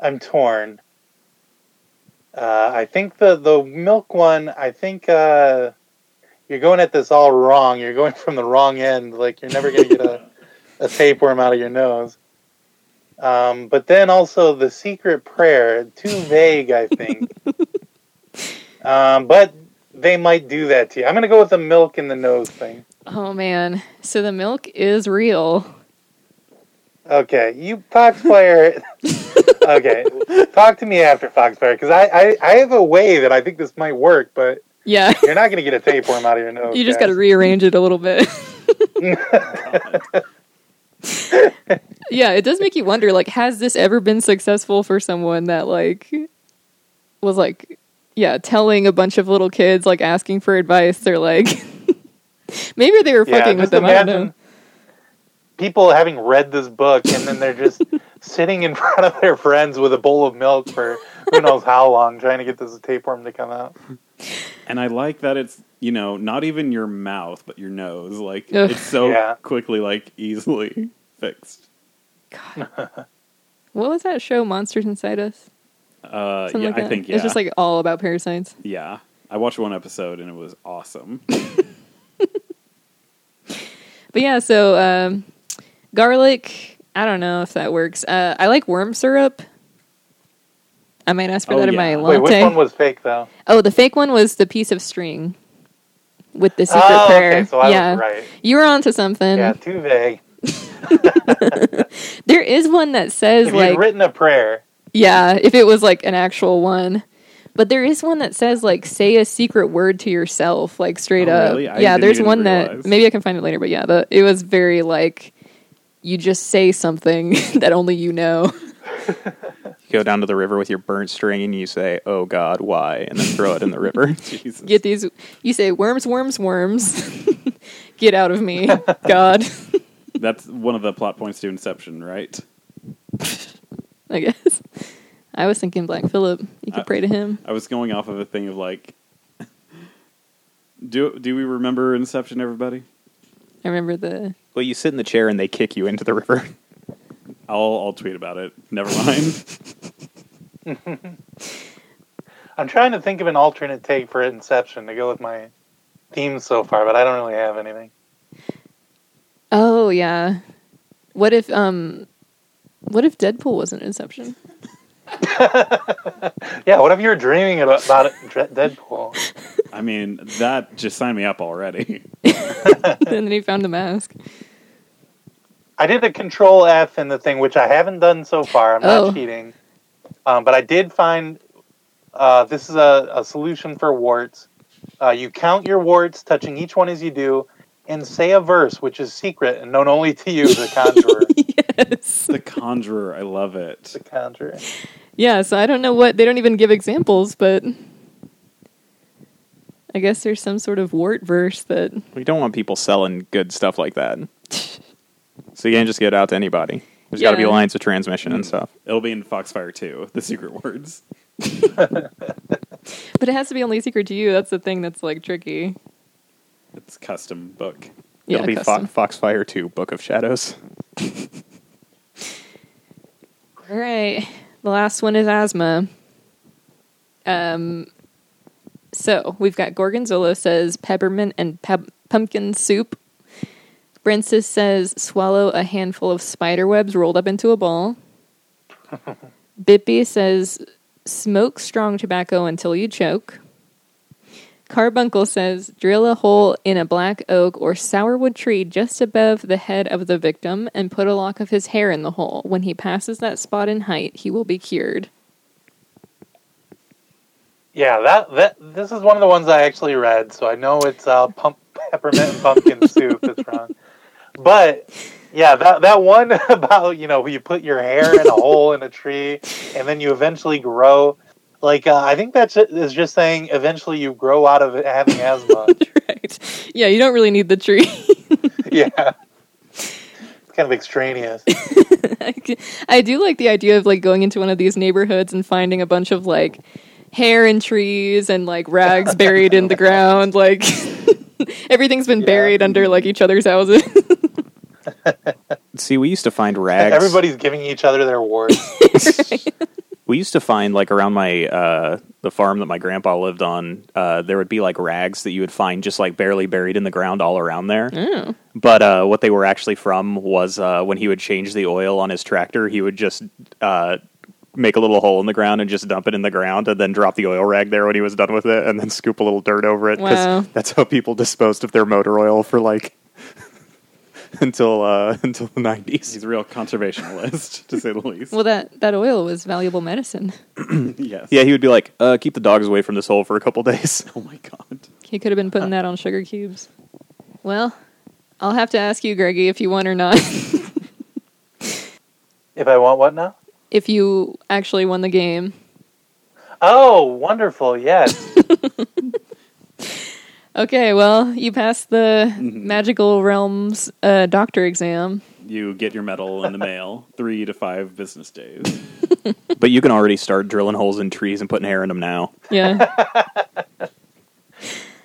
S4: I'm torn. Uh, I think the the milk one. I think uh, you're going at this all wrong. You're going from the wrong end. Like you're never going to get a, a tapeworm out of your nose. Um, but then also the secret prayer, too vague, I think. um, but they might do that to you. I'm going to go with the milk in the nose thing.
S1: Oh man. So, the milk is real.
S4: Okay, you Foxfire. okay, talk to me after Foxfire because I, I I have a way that I think this might work, but
S1: Yeah.
S4: you're not going to get a tapeworm out of your nose.
S1: You just got to rearrange it a little bit. yeah, it does make you wonder like has this ever been successful for someone that like was like yeah, telling a bunch of little kids like asking for advice, they're like maybe they were
S4: Yeah,
S1: fucking with
S4: just
S1: them, I don't
S4: imagine
S1: know.
S4: people having read this book and then they're just sitting in front of their friends with a bowl of milk for who knows how long, trying to get this tapeworm to come out.
S2: And I like that it's you know not even your mouth but your nose. Like
S1: Ugh.
S2: it's so
S4: Yeah.
S2: quickly like easily fixed.
S1: What was that show Monsters Inside Us?
S2: Uh,
S1: Something
S2: yeah,
S1: like
S2: I
S1: that.
S2: think yeah.
S1: It's just like all about parasites.
S2: yeah. I watched one episode and it was awesome.
S1: But yeah, so um, garlic. I don't know if that works. Uh, I like worm syrup. I might ask for
S4: Oh,
S1: that in my
S4: yeah. Wait,
S1: latte.
S4: which one was fake though?
S1: oh, the fake one was the piece of string with the secret
S4: Oh, okay,
S1: prayer.
S4: so I was
S1: yeah.
S4: right.
S1: You were onto something.
S4: Yeah, too vague.
S1: There is one that says
S4: If
S1: like
S4: you'd written a prayer,
S1: yeah, if it was like an actual one. But there is one that says like say a secret word to yourself, like straight
S2: Oh,
S1: up.
S2: really? I
S1: Yeah,
S2: didn't
S1: there's
S2: even
S1: one
S2: realize.
S1: that maybe I can find it later, but yeah, the, it was very like you just say something that only you know.
S3: You go down to the river with your burnt string and you say, "Oh God, why?" and then throw it in the river.
S1: Get these you say worms, worms, worms. Get out of me, God.
S2: That's one of the plot points to Inception, right?
S1: I guess. I was thinking Black Phillip. You
S2: Uh,
S1: could pray to him.
S2: I was going off of a thing of like, do do we remember Inception, everybody?
S1: I remember the
S3: Well, you sit in the chair and they kick you into the river.
S2: I'll I'll tweet about it. Never mind.
S4: I'm trying to think of an alternate take for Inception to go with my themes so far, but I don't really have anything.
S1: Oh yeah. What if um what if Deadpool was an inception?
S4: Yeah, what if you were dreaming about, about it, Dre- Deadpool?
S2: I mean, that just signed me up already.
S1: and then he found the mask.
S4: I did a Control F in the thing, which I haven't done so far. I'm
S1: Oh.
S4: not cheating, um, but I did find uh, this is a, a solution for warts. Uh, you count your warts, touching each one as you do, and say a verse which is secret and known only to you, the conjurer.
S2: The Conjurer, I love it. The
S4: Conjurer.
S1: Yeah, so I don't know what they don't even give examples, but I guess there's some sort of wart verse that
S3: We don't want people selling good stuff like that. so you can't just get it out to anybody. There's got to be
S1: Yeah.
S3: lines of transmission and stuff.
S2: It'll be in Foxfire 2, the secret words.
S1: but it has to be only secret to you. That's the thing that's like tricky.
S2: It's custom book.
S1: Yeah,
S3: It'll be Fo-
S1: custom.
S3: Foxfire 2, Book of Shadows.
S1: All right. The last one is asthma. Um, so we've got Gorgonzola says peppermint and pep- pumpkin soup. Francis says swallow a handful of spider webs rolled up into a ball. Bippy says smoke strong tobacco until you choke. Carbuncle says drill a hole in a black oak or sourwood tree just above the head of the victim and put a lock of his hair in the hole. When he passes that spot in height, he will be cured.
S4: Yeah, that that this is one of the ones I actually read, so I know it's uh, pump peppermint and pumpkin soup that's wrong. But yeah, that that one about you know you put your hair in a hole in a tree and then you eventually grow. Like uh, I think that's it- is just saying eventually you grow out of it having asthma.
S1: Yeah, you don't really need the tree.
S4: yeah, it's kind of extraneous.
S1: I do like the idea of like going into one of these neighborhoods and finding a bunch of like hair and trees and like rags buried in the ground. Like everything's been buried under like each other's houses.
S3: See, we used to find rags.
S4: Everybody's giving each other their awards.
S3: We used to find like around my uh, the farm that my grandpa lived on, uh, there would be like rags that you would find just like barely buried in the ground all around there. But uh, what they were actually from was uh, when he would change the oil on his tractor, he would just uh, make a little hole in the ground and just dump it in the ground, and then drop the oil rag there when he was done with it, and then scoop a little dirt over it. 'cause
S1: Wow.
S3: that's how people disposed of their motor oil for like until uh, until the nineties.
S2: He's a real conservationist, to say the least.
S1: well, that that oil was valuable medicine.
S2: yes.
S3: Yeah, he would be like, uh, "Keep the dogs away from this hole for a couple days."
S2: Oh my god.
S1: He could have been putting that on sugar cubes. Uh, Well, I'll have to ask you, Greggy, if you want or not.
S4: if I want what now?
S1: if you actually won the game.
S4: Oh, wonderful! Yes,
S1: Okay, well, you passed the magical realms uh, doctor exam.
S2: You get your medal in the mail three to five business days.
S3: But you can already start drilling holes in trees and putting hair in them now.
S1: Yeah.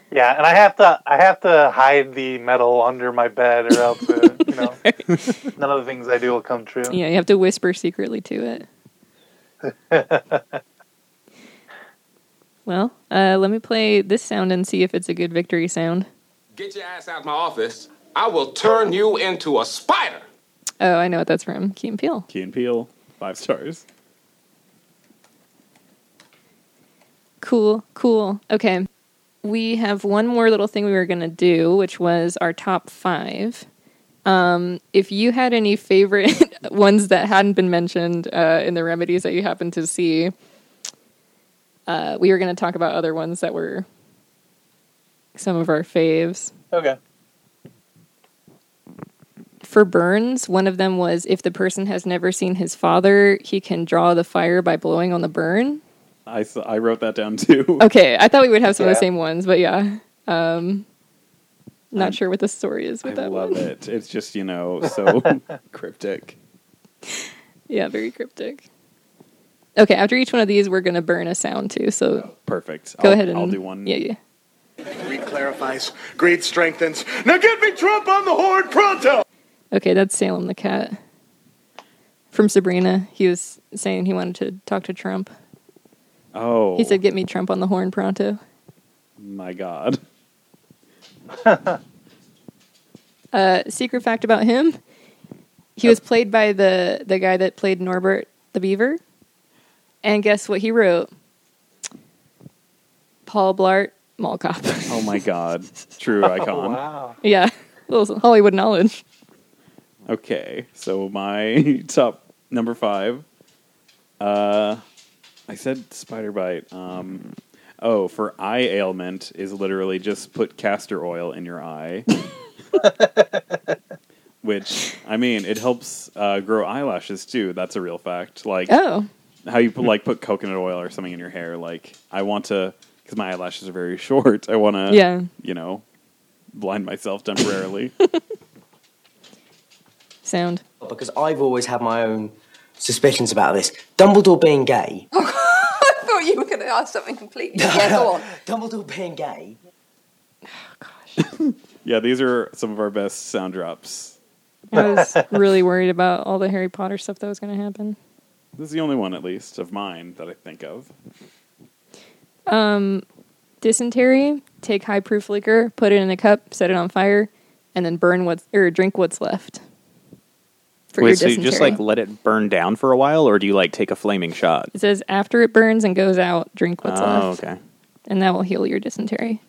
S4: yeah, and I have to I have to hide the medal under my bed, or else uh, you know none of the things I do will come true.
S1: Yeah, you have to whisper secretly to it. Well, uh, let me play this sound and see if it's a good victory sound.
S14: Get your ass out of my office. I will turn you into a spider.
S1: Oh, I know what that's from. Key and Peele.
S2: Key and Peel, five stars.
S1: Cool, cool. Okay. We have one more little thing we were going to do, which was our top five. Um, if you had any favorite ones that hadn't been mentioned uh, in the remedies that you happened to see, uh, we were going to talk about other ones that were some of our faves.
S4: Okay.
S1: For burns, one of them was if the person has never seen his father, he can draw the fire by blowing on the burn.
S2: I, s- I wrote that down too.
S1: Okay, I thought we would have some of
S2: Yeah.
S1: the same ones, but yeah. Um not sure what the story is with
S2: Um, I
S1: that
S2: love
S1: one.
S2: it. It's just, you know, so cryptic.
S1: Yeah, very cryptic. Okay, after each one of these we're gonna burn a sound too, so
S2: Perfect.
S1: Go
S2: I'll-
S1: ahead and
S2: I'll do one.
S1: Yeah, yeah.
S15: Greed clarifies, greed strengthens. Now get me Trump on the horn pronto!
S1: Okay, that's Salem the cat. From Sabrina. He was saying he wanted to talk to Trump.
S2: Oh,
S1: He said, "Get me Trump on the horn pronto."
S2: my God.
S1: Uh, secret fact about him: he was played by the the guy that played Norbert the Beaver. And guess what he wrote? Paul Blart, Mall Cop.
S2: Oh my God. True
S1: Oh,
S2: icon.
S1: yeah, little Hollywood knowledge.
S2: Okay, so my top number five. Uh, I said spider bite. Um, oh, for eye ailment is literally just put castor oil in your eye, which I mean it helps uh, grow eyelashes too. That's a real fact. Like
S1: Oh.
S2: how you put, like put coconut oil or something in your hair. Like I want to because my eyelashes are very short. I want to
S1: Yeah.
S2: you know blind myself temporarily.
S1: Sound.
S16: Because I've always had my own suspicions about this. Dumbledore being gay.
S17: I thought you were going to ask something completely. Yeah, go on.
S16: Dumbledore being gay.
S2: Yeah, these are some of our best sound drops.
S1: I was really worried about all the Harry Potter stuff that was going to happen.
S2: This is the only one, at least, of mine that I think of.
S1: Um, dysentery. Take high proof liquor, put it in a cup, set it on fire, and then burn what's or drink what's left. For your
S3: Wait, so
S1: dysentery.
S3: you just like let it burn down for a while, or do you like take a flaming shot?
S1: It says after it burns and goes out, drink what's
S3: Oh,
S1: left.
S3: okay.
S1: And that will heal your dysentery.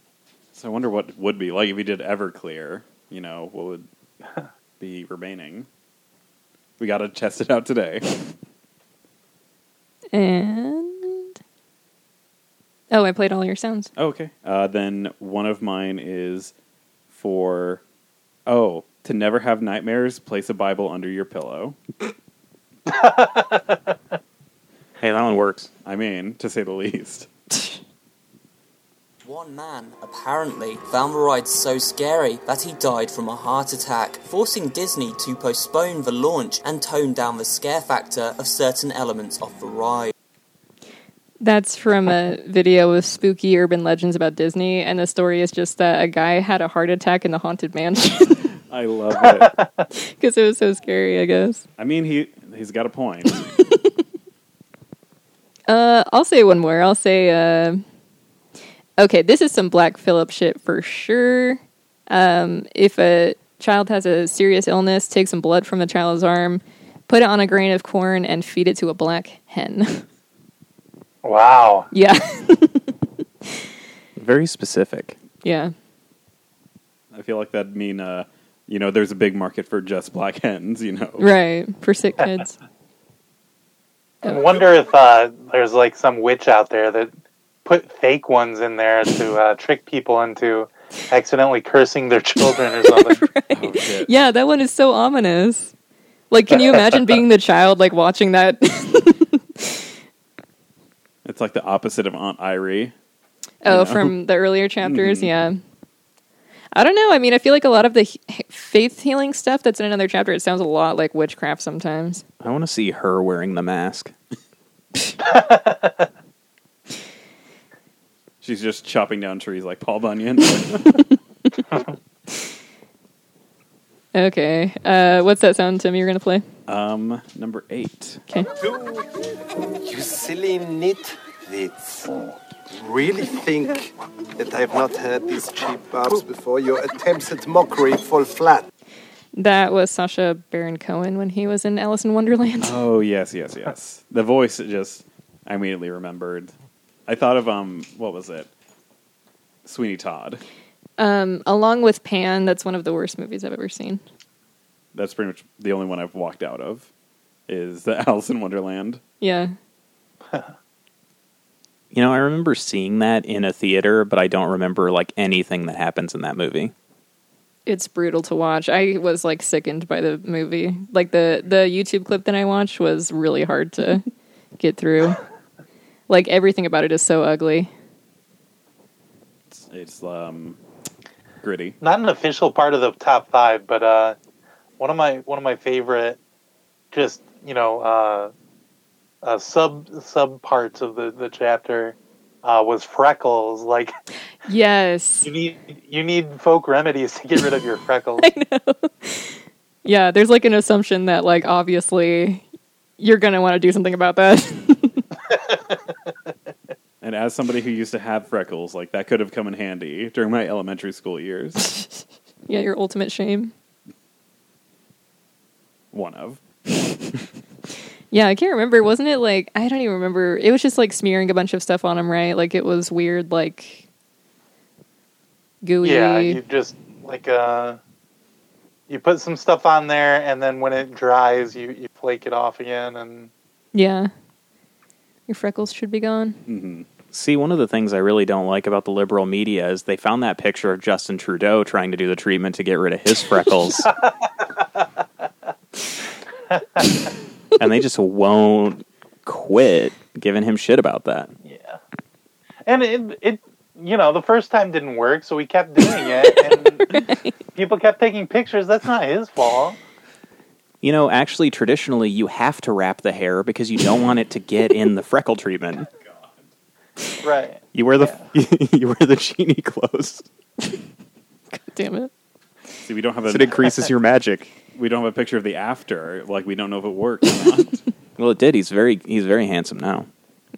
S2: So I wonder what it would be like if you did Everclear. You know, what would be remaining? We got to test it out today.
S1: And oh, I played all your sounds.
S2: Oh, okay. Uh, then one of mine is for oh to never have nightmares. Place a Bible under your pillow.
S3: hey, that one works.
S2: I mean, to say the least.
S18: One man apparently found the ride so scary that he died from a heart attack, forcing Disney to postpone the launch and tone down the scare factor of certain elements of the ride.
S1: That's from a video of spooky urban legends about Disney, and the story is just that a guy had a heart attack in the haunted mansion
S2: I love it.
S1: because it was so scary. I guess.
S2: I mean, he he's got a point.
S1: Uh, I'll say one more. I'll say, uh, okay, this is some Black Phillip shit for sure. Um, if a child has a serious illness, take some blood from the child's arm, put it on a grain of corn, and feed it to a black hen.
S4: Wow.
S1: yeah,
S3: Very specific.
S1: yeah.
S2: I feel like that'd mean, uh, you know, there's a big market for just black hens, you know.
S1: Right, for sick kids.
S4: I wonder if uh, there's like some witch out there that put fake ones in there to uh, trick people into accidentally cursing their children or something.
S2: Oh,
S1: yeah, that one is so ominous. Like, can you imagine being the child, like, watching that?
S2: It's like the opposite of Aunt Irie.
S1: Oh,
S2: know?
S1: from the earlier chapters, yeah. I don't know. I mean, I feel like a lot of the he- he- faith healing stuff that's in another chapter, it sounds a lot like witchcraft sometimes.
S3: I want to see her wearing the mask.
S2: She's just chopping down trees like Paul Bunyan.
S1: Okay, uh, what's that sound, Tim? You're gonna play?
S2: um, number eight.
S1: Okay.
S19: You silly nitwits. Really think that I've not heard these cheap barbs before? Your attempts at mockery fall flat.
S1: That was Sasha Baron Cohen when he was in Alice in Wonderland.
S2: Oh yes, yes, yes. The voice it just I immediately remembered. I thought of um, what was it? Sweeney Todd.
S1: Um, along with Pan, that's one of the worst movies I've ever seen.
S2: That's pretty much the only one I've walked out of. Is the Alice in Wonderland?
S1: Yeah.
S3: You know, I remember seeing that in a theater, but I don't remember like anything that happens in that movie.
S1: it's brutal to watch. I was like sickened by the movie. Like the the YouTube clip that I watched was really hard to get through. Like everything about it is so ugly.
S2: It's, it's um, gritty.
S4: Not an official part of the top five, but uh, one of my one of my favorite, just you know, uh, uh, sub sub parts of the the chapter uh, was freckles. Like
S1: Yes.
S4: you need you need folk remedies to get rid of your freckles.
S1: Yeah, there's like an assumption that like obviously you're going to want to do something about that.
S2: And as somebody who used to have freckles, like that could have come in handy during my elementary school years.
S1: Yeah, your ultimate shame.
S2: One of.
S1: Yeah, I can't remember. Wasn't it like I don't even remember. It was just like smearing a bunch of stuff on him, right? Like it was weird, like gooey.
S4: Yeah, you just like uh, you put some stuff on there, and then when it dries, you you flake it off again, and
S1: Yeah. Your freckles should be gone.
S4: Mm.
S3: See, one of the things I really don't like about the liberal media is they found that picture of Justin Trudeau trying to do the treatment to get rid of his freckles. and they just won't quit giving him shit about that.
S4: and it it you know the first time didn't work, so we kept doing it, and people kept taking pictures. That's not his fault.
S3: You know, actually, traditionally, you have to wrap the hair because you don't want it to get in the freckle treatment.
S4: Right.
S3: You wear the you wear the genie clothes.
S1: Damn it.
S2: See, we don't have
S3: So it increases your magic.
S2: We don't have a picture of the after. Like we don't know if it worked. or not.
S3: Well, it did. He's very he's very handsome now.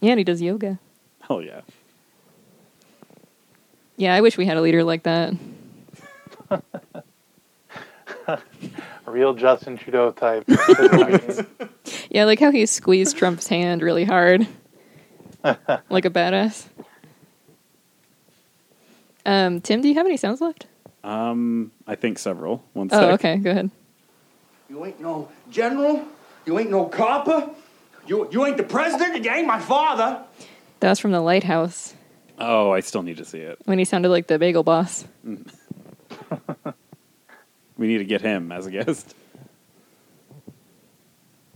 S1: Yeah, and he does yoga.
S2: Hell yeah.
S1: Yeah, I wish we had a leader like that.
S4: A real Justin Trudeau type.
S1: Yeah, like how he squeezed Trump's hand really hard. like a badass. Um, Tim, do you have any sounds left?
S2: Um, I think several. One
S1: Oh,
S2: sec.
S1: okay, go ahead.
S20: You ain't no general. You ain't no copper. You, you ain't the president. You ain't my father.
S1: That was from the lighthouse
S2: Oh, I still need to see it.
S1: when he sounded like the bagel boss.
S2: We need to get him as a guest.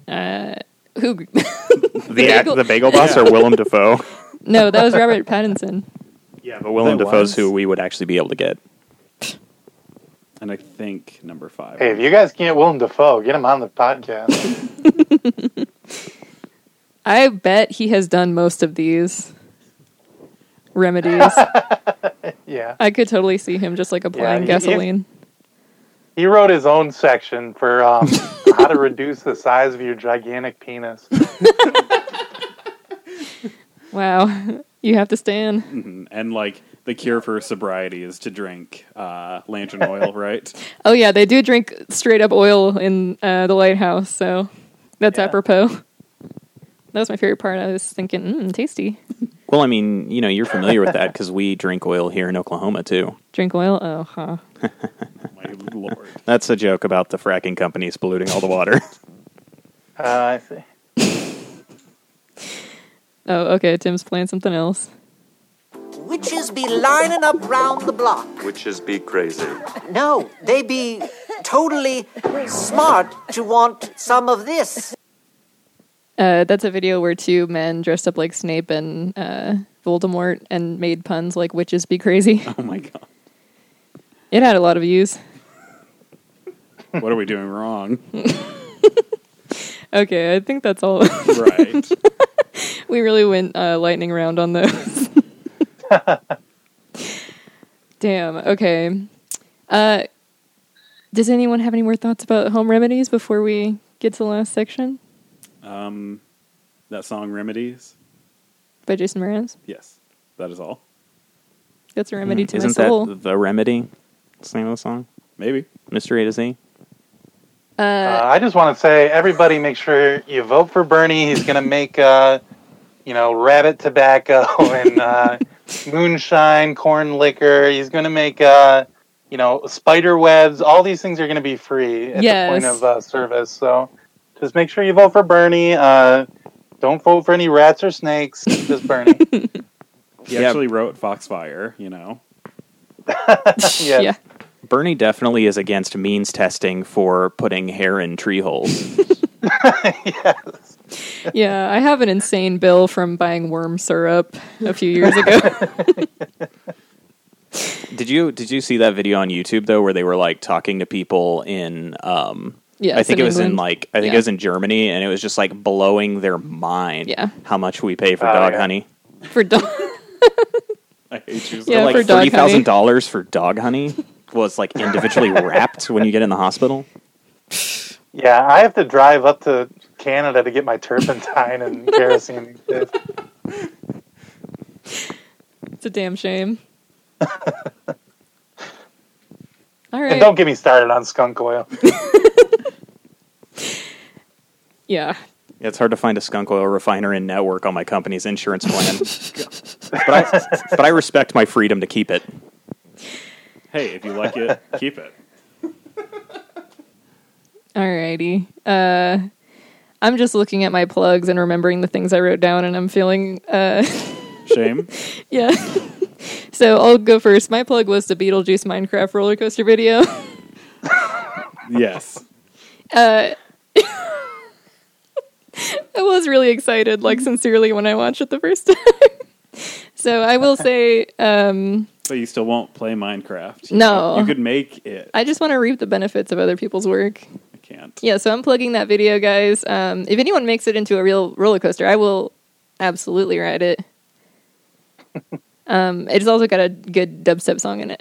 S1: Uh, who?
S3: The bagel, the bagel boss or Willem Dafoe?
S1: No, that was Robert Pattinson.
S3: Yeah, but Willem
S2: That
S3: Dafoe's
S2: was.
S3: who we would actually be able to get.
S2: And I think number five.
S4: Hey, if you guys can't Willem Dafoe, get him on the podcast.
S1: I bet he has done most of these remedies.
S4: yeah.
S1: I could totally see him just like applying
S4: he- he-
S1: gasoline.
S4: He wrote his own section for um, how to reduce the size of your gigantic penis. Uh,
S1: Wow, you have to stand.
S2: Mhm. And like the cure for sobriety is to drink uh, lantern oil, right?
S1: Oh yeah, they do drink straight up oil in uh, the lighthouse, so that's apropos. That was my favorite part. I was thinking, mm, tasty.
S3: Well, I mean, you know, you're familiar with that because we drink oil here in Oklahoma too.
S1: Drink oil. Oh, huh.
S2: My lord.
S3: That's a joke about the fracking companies polluting all the water.
S4: Uh, I see.
S1: Oh, okay. Tim's playing something else.
S21: Witches be lining up round the block.
S22: Witches be crazy.
S21: No, they be totally smart to want some of this.
S1: Uh, that's a video where two men dressed up like Snape and uh, Voldemort and made puns like "witches be crazy."
S2: Oh my god,
S1: it had a lot of views.
S2: What are we doing wrong?
S1: Okay, I think that's all.
S2: Right.
S1: we really went uh, lightning round on those. Damn. Okay. Uh, does anyone have any more thoughts about home remedies before we get to the last section
S2: Um, that song remedies.
S1: by Jason Mraz?
S2: Yes, that is all.
S1: That's a remedy to
S3: Hmm, Isn't
S1: my soul.
S3: that the remedy? That's the name of the song.
S2: Maybe
S3: Mystery A to Z.
S4: Uh, I just want to say, everybody, make sure you vote for Bernie. He's going to make, uh, you know, rabbit tobacco and uh, moonshine, corn liquor. He's going to make, uh, you know, spider webs. All these things are going to be free at
S1: Yes.
S4: the point of uh, service. So just make sure you vote for Bernie. Uh, don't vote for any rats or snakes. Just Bernie.
S2: He actually wrote Foxfire. You know.
S4: yeah. yeah.
S3: Bernie definitely is against means testing for putting hair in tree holes.
S1: yeah, I have an insane bill from buying worm syrup a few years ago.
S3: did you did you see that video on YouTube though where they were like talking to people in um
S1: Yes,
S3: I think
S1: in
S3: it was in
S1: England.
S3: like I think
S1: Yeah.
S3: it was in Germany and it was just like blowing their mind
S1: Yeah.
S3: how much we pay for
S1: Oh,
S3: dog
S1: yeah.
S3: honey.
S1: for dog.
S2: I hate you.
S1: Yeah,
S3: like
S1: for dog
S3: thirty thousand dollars for dog honey was like individually wrapped when you get in the hospital.
S4: Yeah, I have to drive up to Canada to get my turpentine and kerosene.
S1: It's a damn shame. All right.
S4: And don't get me started on skunk oil.
S1: yeah.
S3: It's hard to find a skunk oil refiner in network on my company's insurance plan. but, I, but I respect my freedom to keep it.
S2: Hey, if you like it, keep it.
S1: Alrighty. Uh, I'm just looking at my plugs and remembering the things I wrote down, and I'm feeling uh,
S2: Shame.
S1: yeah. so I'll go first. My plug was the Beetlejuice Minecraft roller coaster video.
S2: yes.
S1: uh, I was really excited, like sincerely, when I watched it the first time. so I will say, um,
S2: But you still won't play Minecraft.
S1: No.
S2: You could make it.
S1: I just want to reap the benefits of other people's work.
S2: I can't.
S1: Yeah, so I'm plugging that video, guys. Um, if anyone makes it into a real roller coaster, I will absolutely ride it. um, it's also got a good dubstep song in it,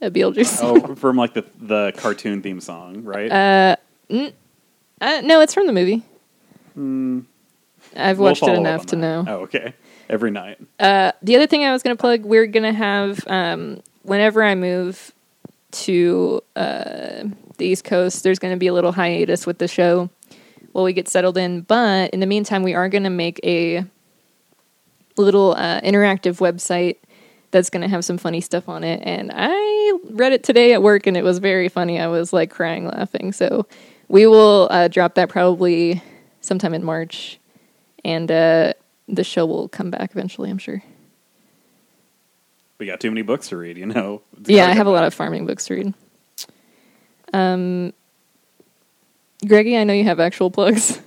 S1: a Beetlejuice. song.
S2: Oh, from like the the cartoon theme song, right?
S1: Uh, n- uh, no, it's from the movie. I've
S2: Hmm. We'll
S1: watched
S2: follow
S1: it
S2: up
S1: enough
S2: on
S1: to
S2: that.
S1: know.
S2: Oh, okay. Every night.
S1: Uh, the other thing I was going to plug, we're going to have um, whenever I move to uh, the East Coast, there's going to be a little hiatus with the show while we get settled in. But in the meantime, we are going to make a little uh, interactive website that's going to have some funny stuff on it. And I read it today at work, and it was very funny. I was like crying laughing. So we will uh, drop that probably sometime in March, and uh, the show will come back eventually. I'm sure.
S2: We got too many books to read, you know. It's
S1: yeah,
S2: gotta
S1: I
S2: go
S1: have a lot
S2: back.
S1: of farming books to read. Um, Greggy, I know you have actual plugs.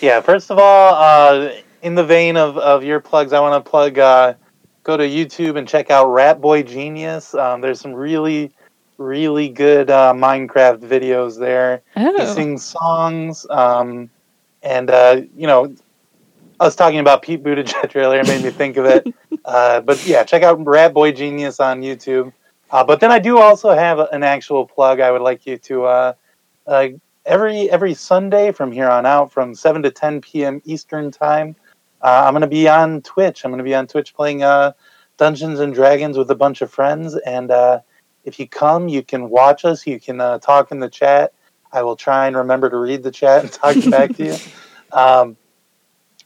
S4: Yeah, first of all, uh, in the vein of, of your plugs, I want to plug uh, go to YouTube and check out Rat Boy Genius. Um, there's some really, really good uh, Minecraft videos there. He
S1: Oh.
S4: sings songs. Um, and, uh, you know, us talking about Pete Buttigieg earlier made me think of it. uh, but yeah, check out Rat Boy Genius on YouTube. Uh, but then I do also have an actual plug I would like you to. Uh, uh, every every Sunday from here on out, from seven to ten p.m. Eastern time, uh, I'm going to be on Twitch. I'm going to be on Twitch playing uh, Dungeons and Dragons with a bunch of friends. And uh, if you come, you can watch us. You can uh, talk in the chat. I will try and remember to read the chat and talk back to you. Um,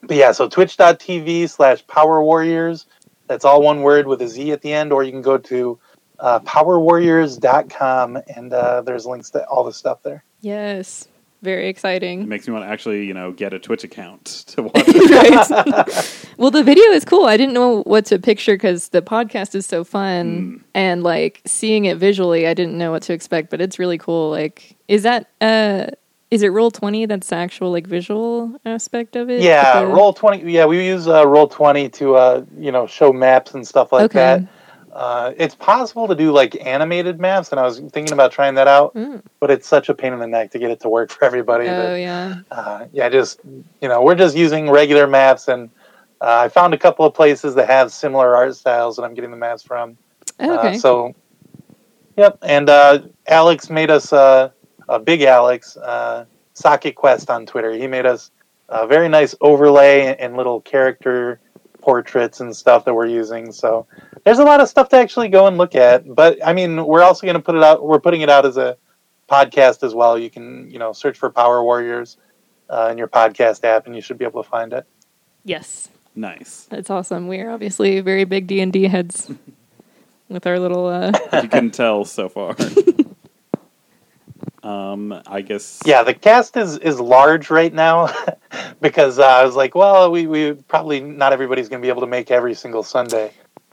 S4: but yeah, so twitch.tv slash power warriors. That's all one word with a Z at the end, or you can go to uh, powerwarriors.com and uh, there's links to all the stuff there.
S1: Yes, very
S2: It
S1: exciting.
S2: makes me want to actually, you know, get a Twitch account to watch. it.
S1: right. well, the video is cool. I didn't know what to picture because the podcast is so fun,
S4: Hmm.
S1: and like seeing it visually, I didn't know what to expect. But it's really cool. Like, is that uh, is it Roll Twenty? That's the actual like visual aspect of it.
S4: Yeah,
S1: The-
S4: roll twenty. Yeah, we use uh, roll twenty to uh, you know show maps and stuff like
S1: Okay.
S4: that. Uh, it's possible to do like animated maps, and I was thinking about trying that out, but it's such a pain in the neck to get it to work for everybody.
S1: Mm. Oh
S4: that,
S1: yeah.
S4: uh, yeah, just you know, we're just using regular maps, and uh, I found a couple of places that have similar art styles that I'm getting the maps from.
S1: Okay.
S4: Uh, so, yep. And uh, Alex made us uh, a big Alex uh, Socket Quest on Twitter. He made us a very nice overlay and little character portraits and stuff that we're using. So there's a lot of stuff to actually go and look at. But I mean, we're also going to put it out. We're putting it out as a podcast as well. You can you know search for Power Warriors uh, in your podcast app, and you should be able to find it.
S1: Yes.
S2: Nice.
S1: That's awesome. We're obviously very big D and D heads with our little. Uh,
S2: If you couldn't tell so far. um, I guess.
S4: Yeah, the cast is is large right now because uh, I was like, well, we, we probably not everybody's going to be able to make every single Sunday.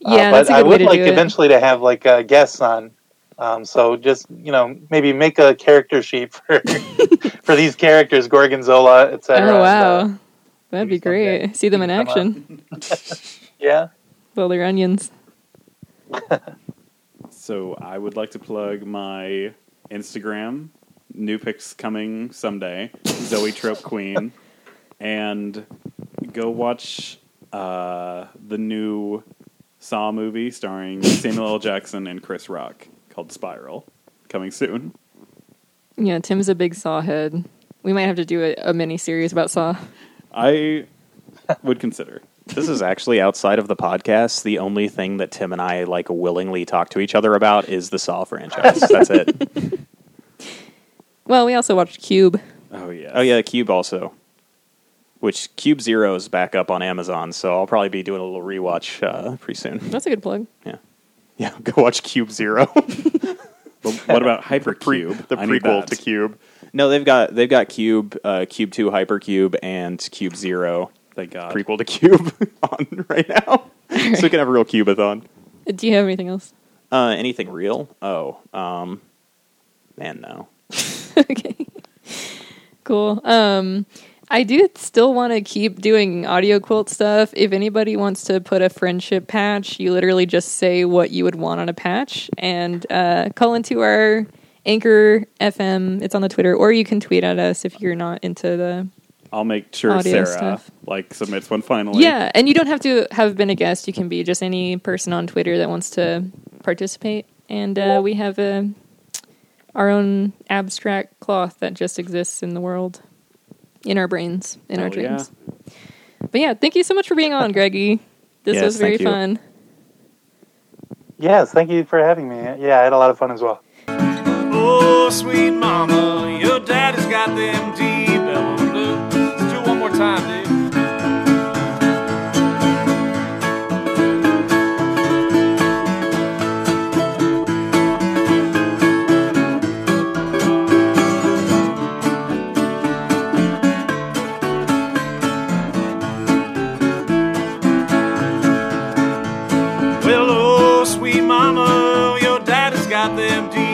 S4: Uh,
S1: Yeah,
S4: but
S1: that's a
S4: I
S1: good way
S4: would
S1: to
S4: like
S1: do it.
S4: eventually to have like uh, guests on. Um, so just you know maybe make a character sheet for for these characters, Gorgonzola, etc.
S1: oh wow, that'd be great. See them in
S4: come up.
S1: action.
S4: yeah.
S1: Well, they're onions.
S2: So I would like to plug my Instagram. New pics coming someday. Zoe Trope Queen, and go watch uh, the new Saw movie starring Samuel L. Jackson and Chris Rock called Spiral, coming soon.
S1: Yeah, Tim's a big saw head. We might have to do a, a mini series about saw.
S2: I would consider.
S3: this is actually outside of the podcast. The only thing that Tim and I like willingly talk to each other about is the Saw franchise. That's it.
S1: Well, we also watched Cube.
S3: Oh yeah. Oh yeah, Cube also. Which Cube Zero is back up on Amazon, so I'll probably be doing a little rewatch uh, pretty soon.
S1: That's a good plug.
S3: Yeah. Yeah, go watch Cube Zero.
S2: what about Hypercube?
S3: the
S2: I need
S3: prequel
S2: that.
S3: to Cube. No, they've got they've got Cube, uh, Cube Two, Hypercube, and Cube Zero. They got prequel to Cube on right now, so we can have a real Cubeathon.
S1: Do you have anything else?
S3: Uh, anything real? Oh, um, man, no.
S1: Cool. Um, I do still want to keep doing audio quilt stuff. If anybody wants to put a friendship patch, you literally just say what you would want on a patch and uh, call into our anchor FM. It's on the Twitter, or you can tweet at us if you're not into the.
S2: I'll make sure
S1: Audio
S2: Sarah
S1: stuff.
S2: like submits one finally.
S1: Yeah, and you don't have to have been a guest. You can be just any person on Twitter that wants to participate. And uh, we have a, our own abstract cloth that just exists in the world, in our brains, in our
S3: Hell yeah.
S1: dreams. But yeah, thank you so much for being on, Greggy. This
S3: Yes,
S1: was very
S3: thank you.
S1: fun.
S4: Yes, thank you for having me. Yeah, I had a lot of fun as well.
S5: Oh, sweet mama, your daddy's got them deep elbow blues. Let's do one more time, dude. Well, oh, sweet mama, your daddy's got them deep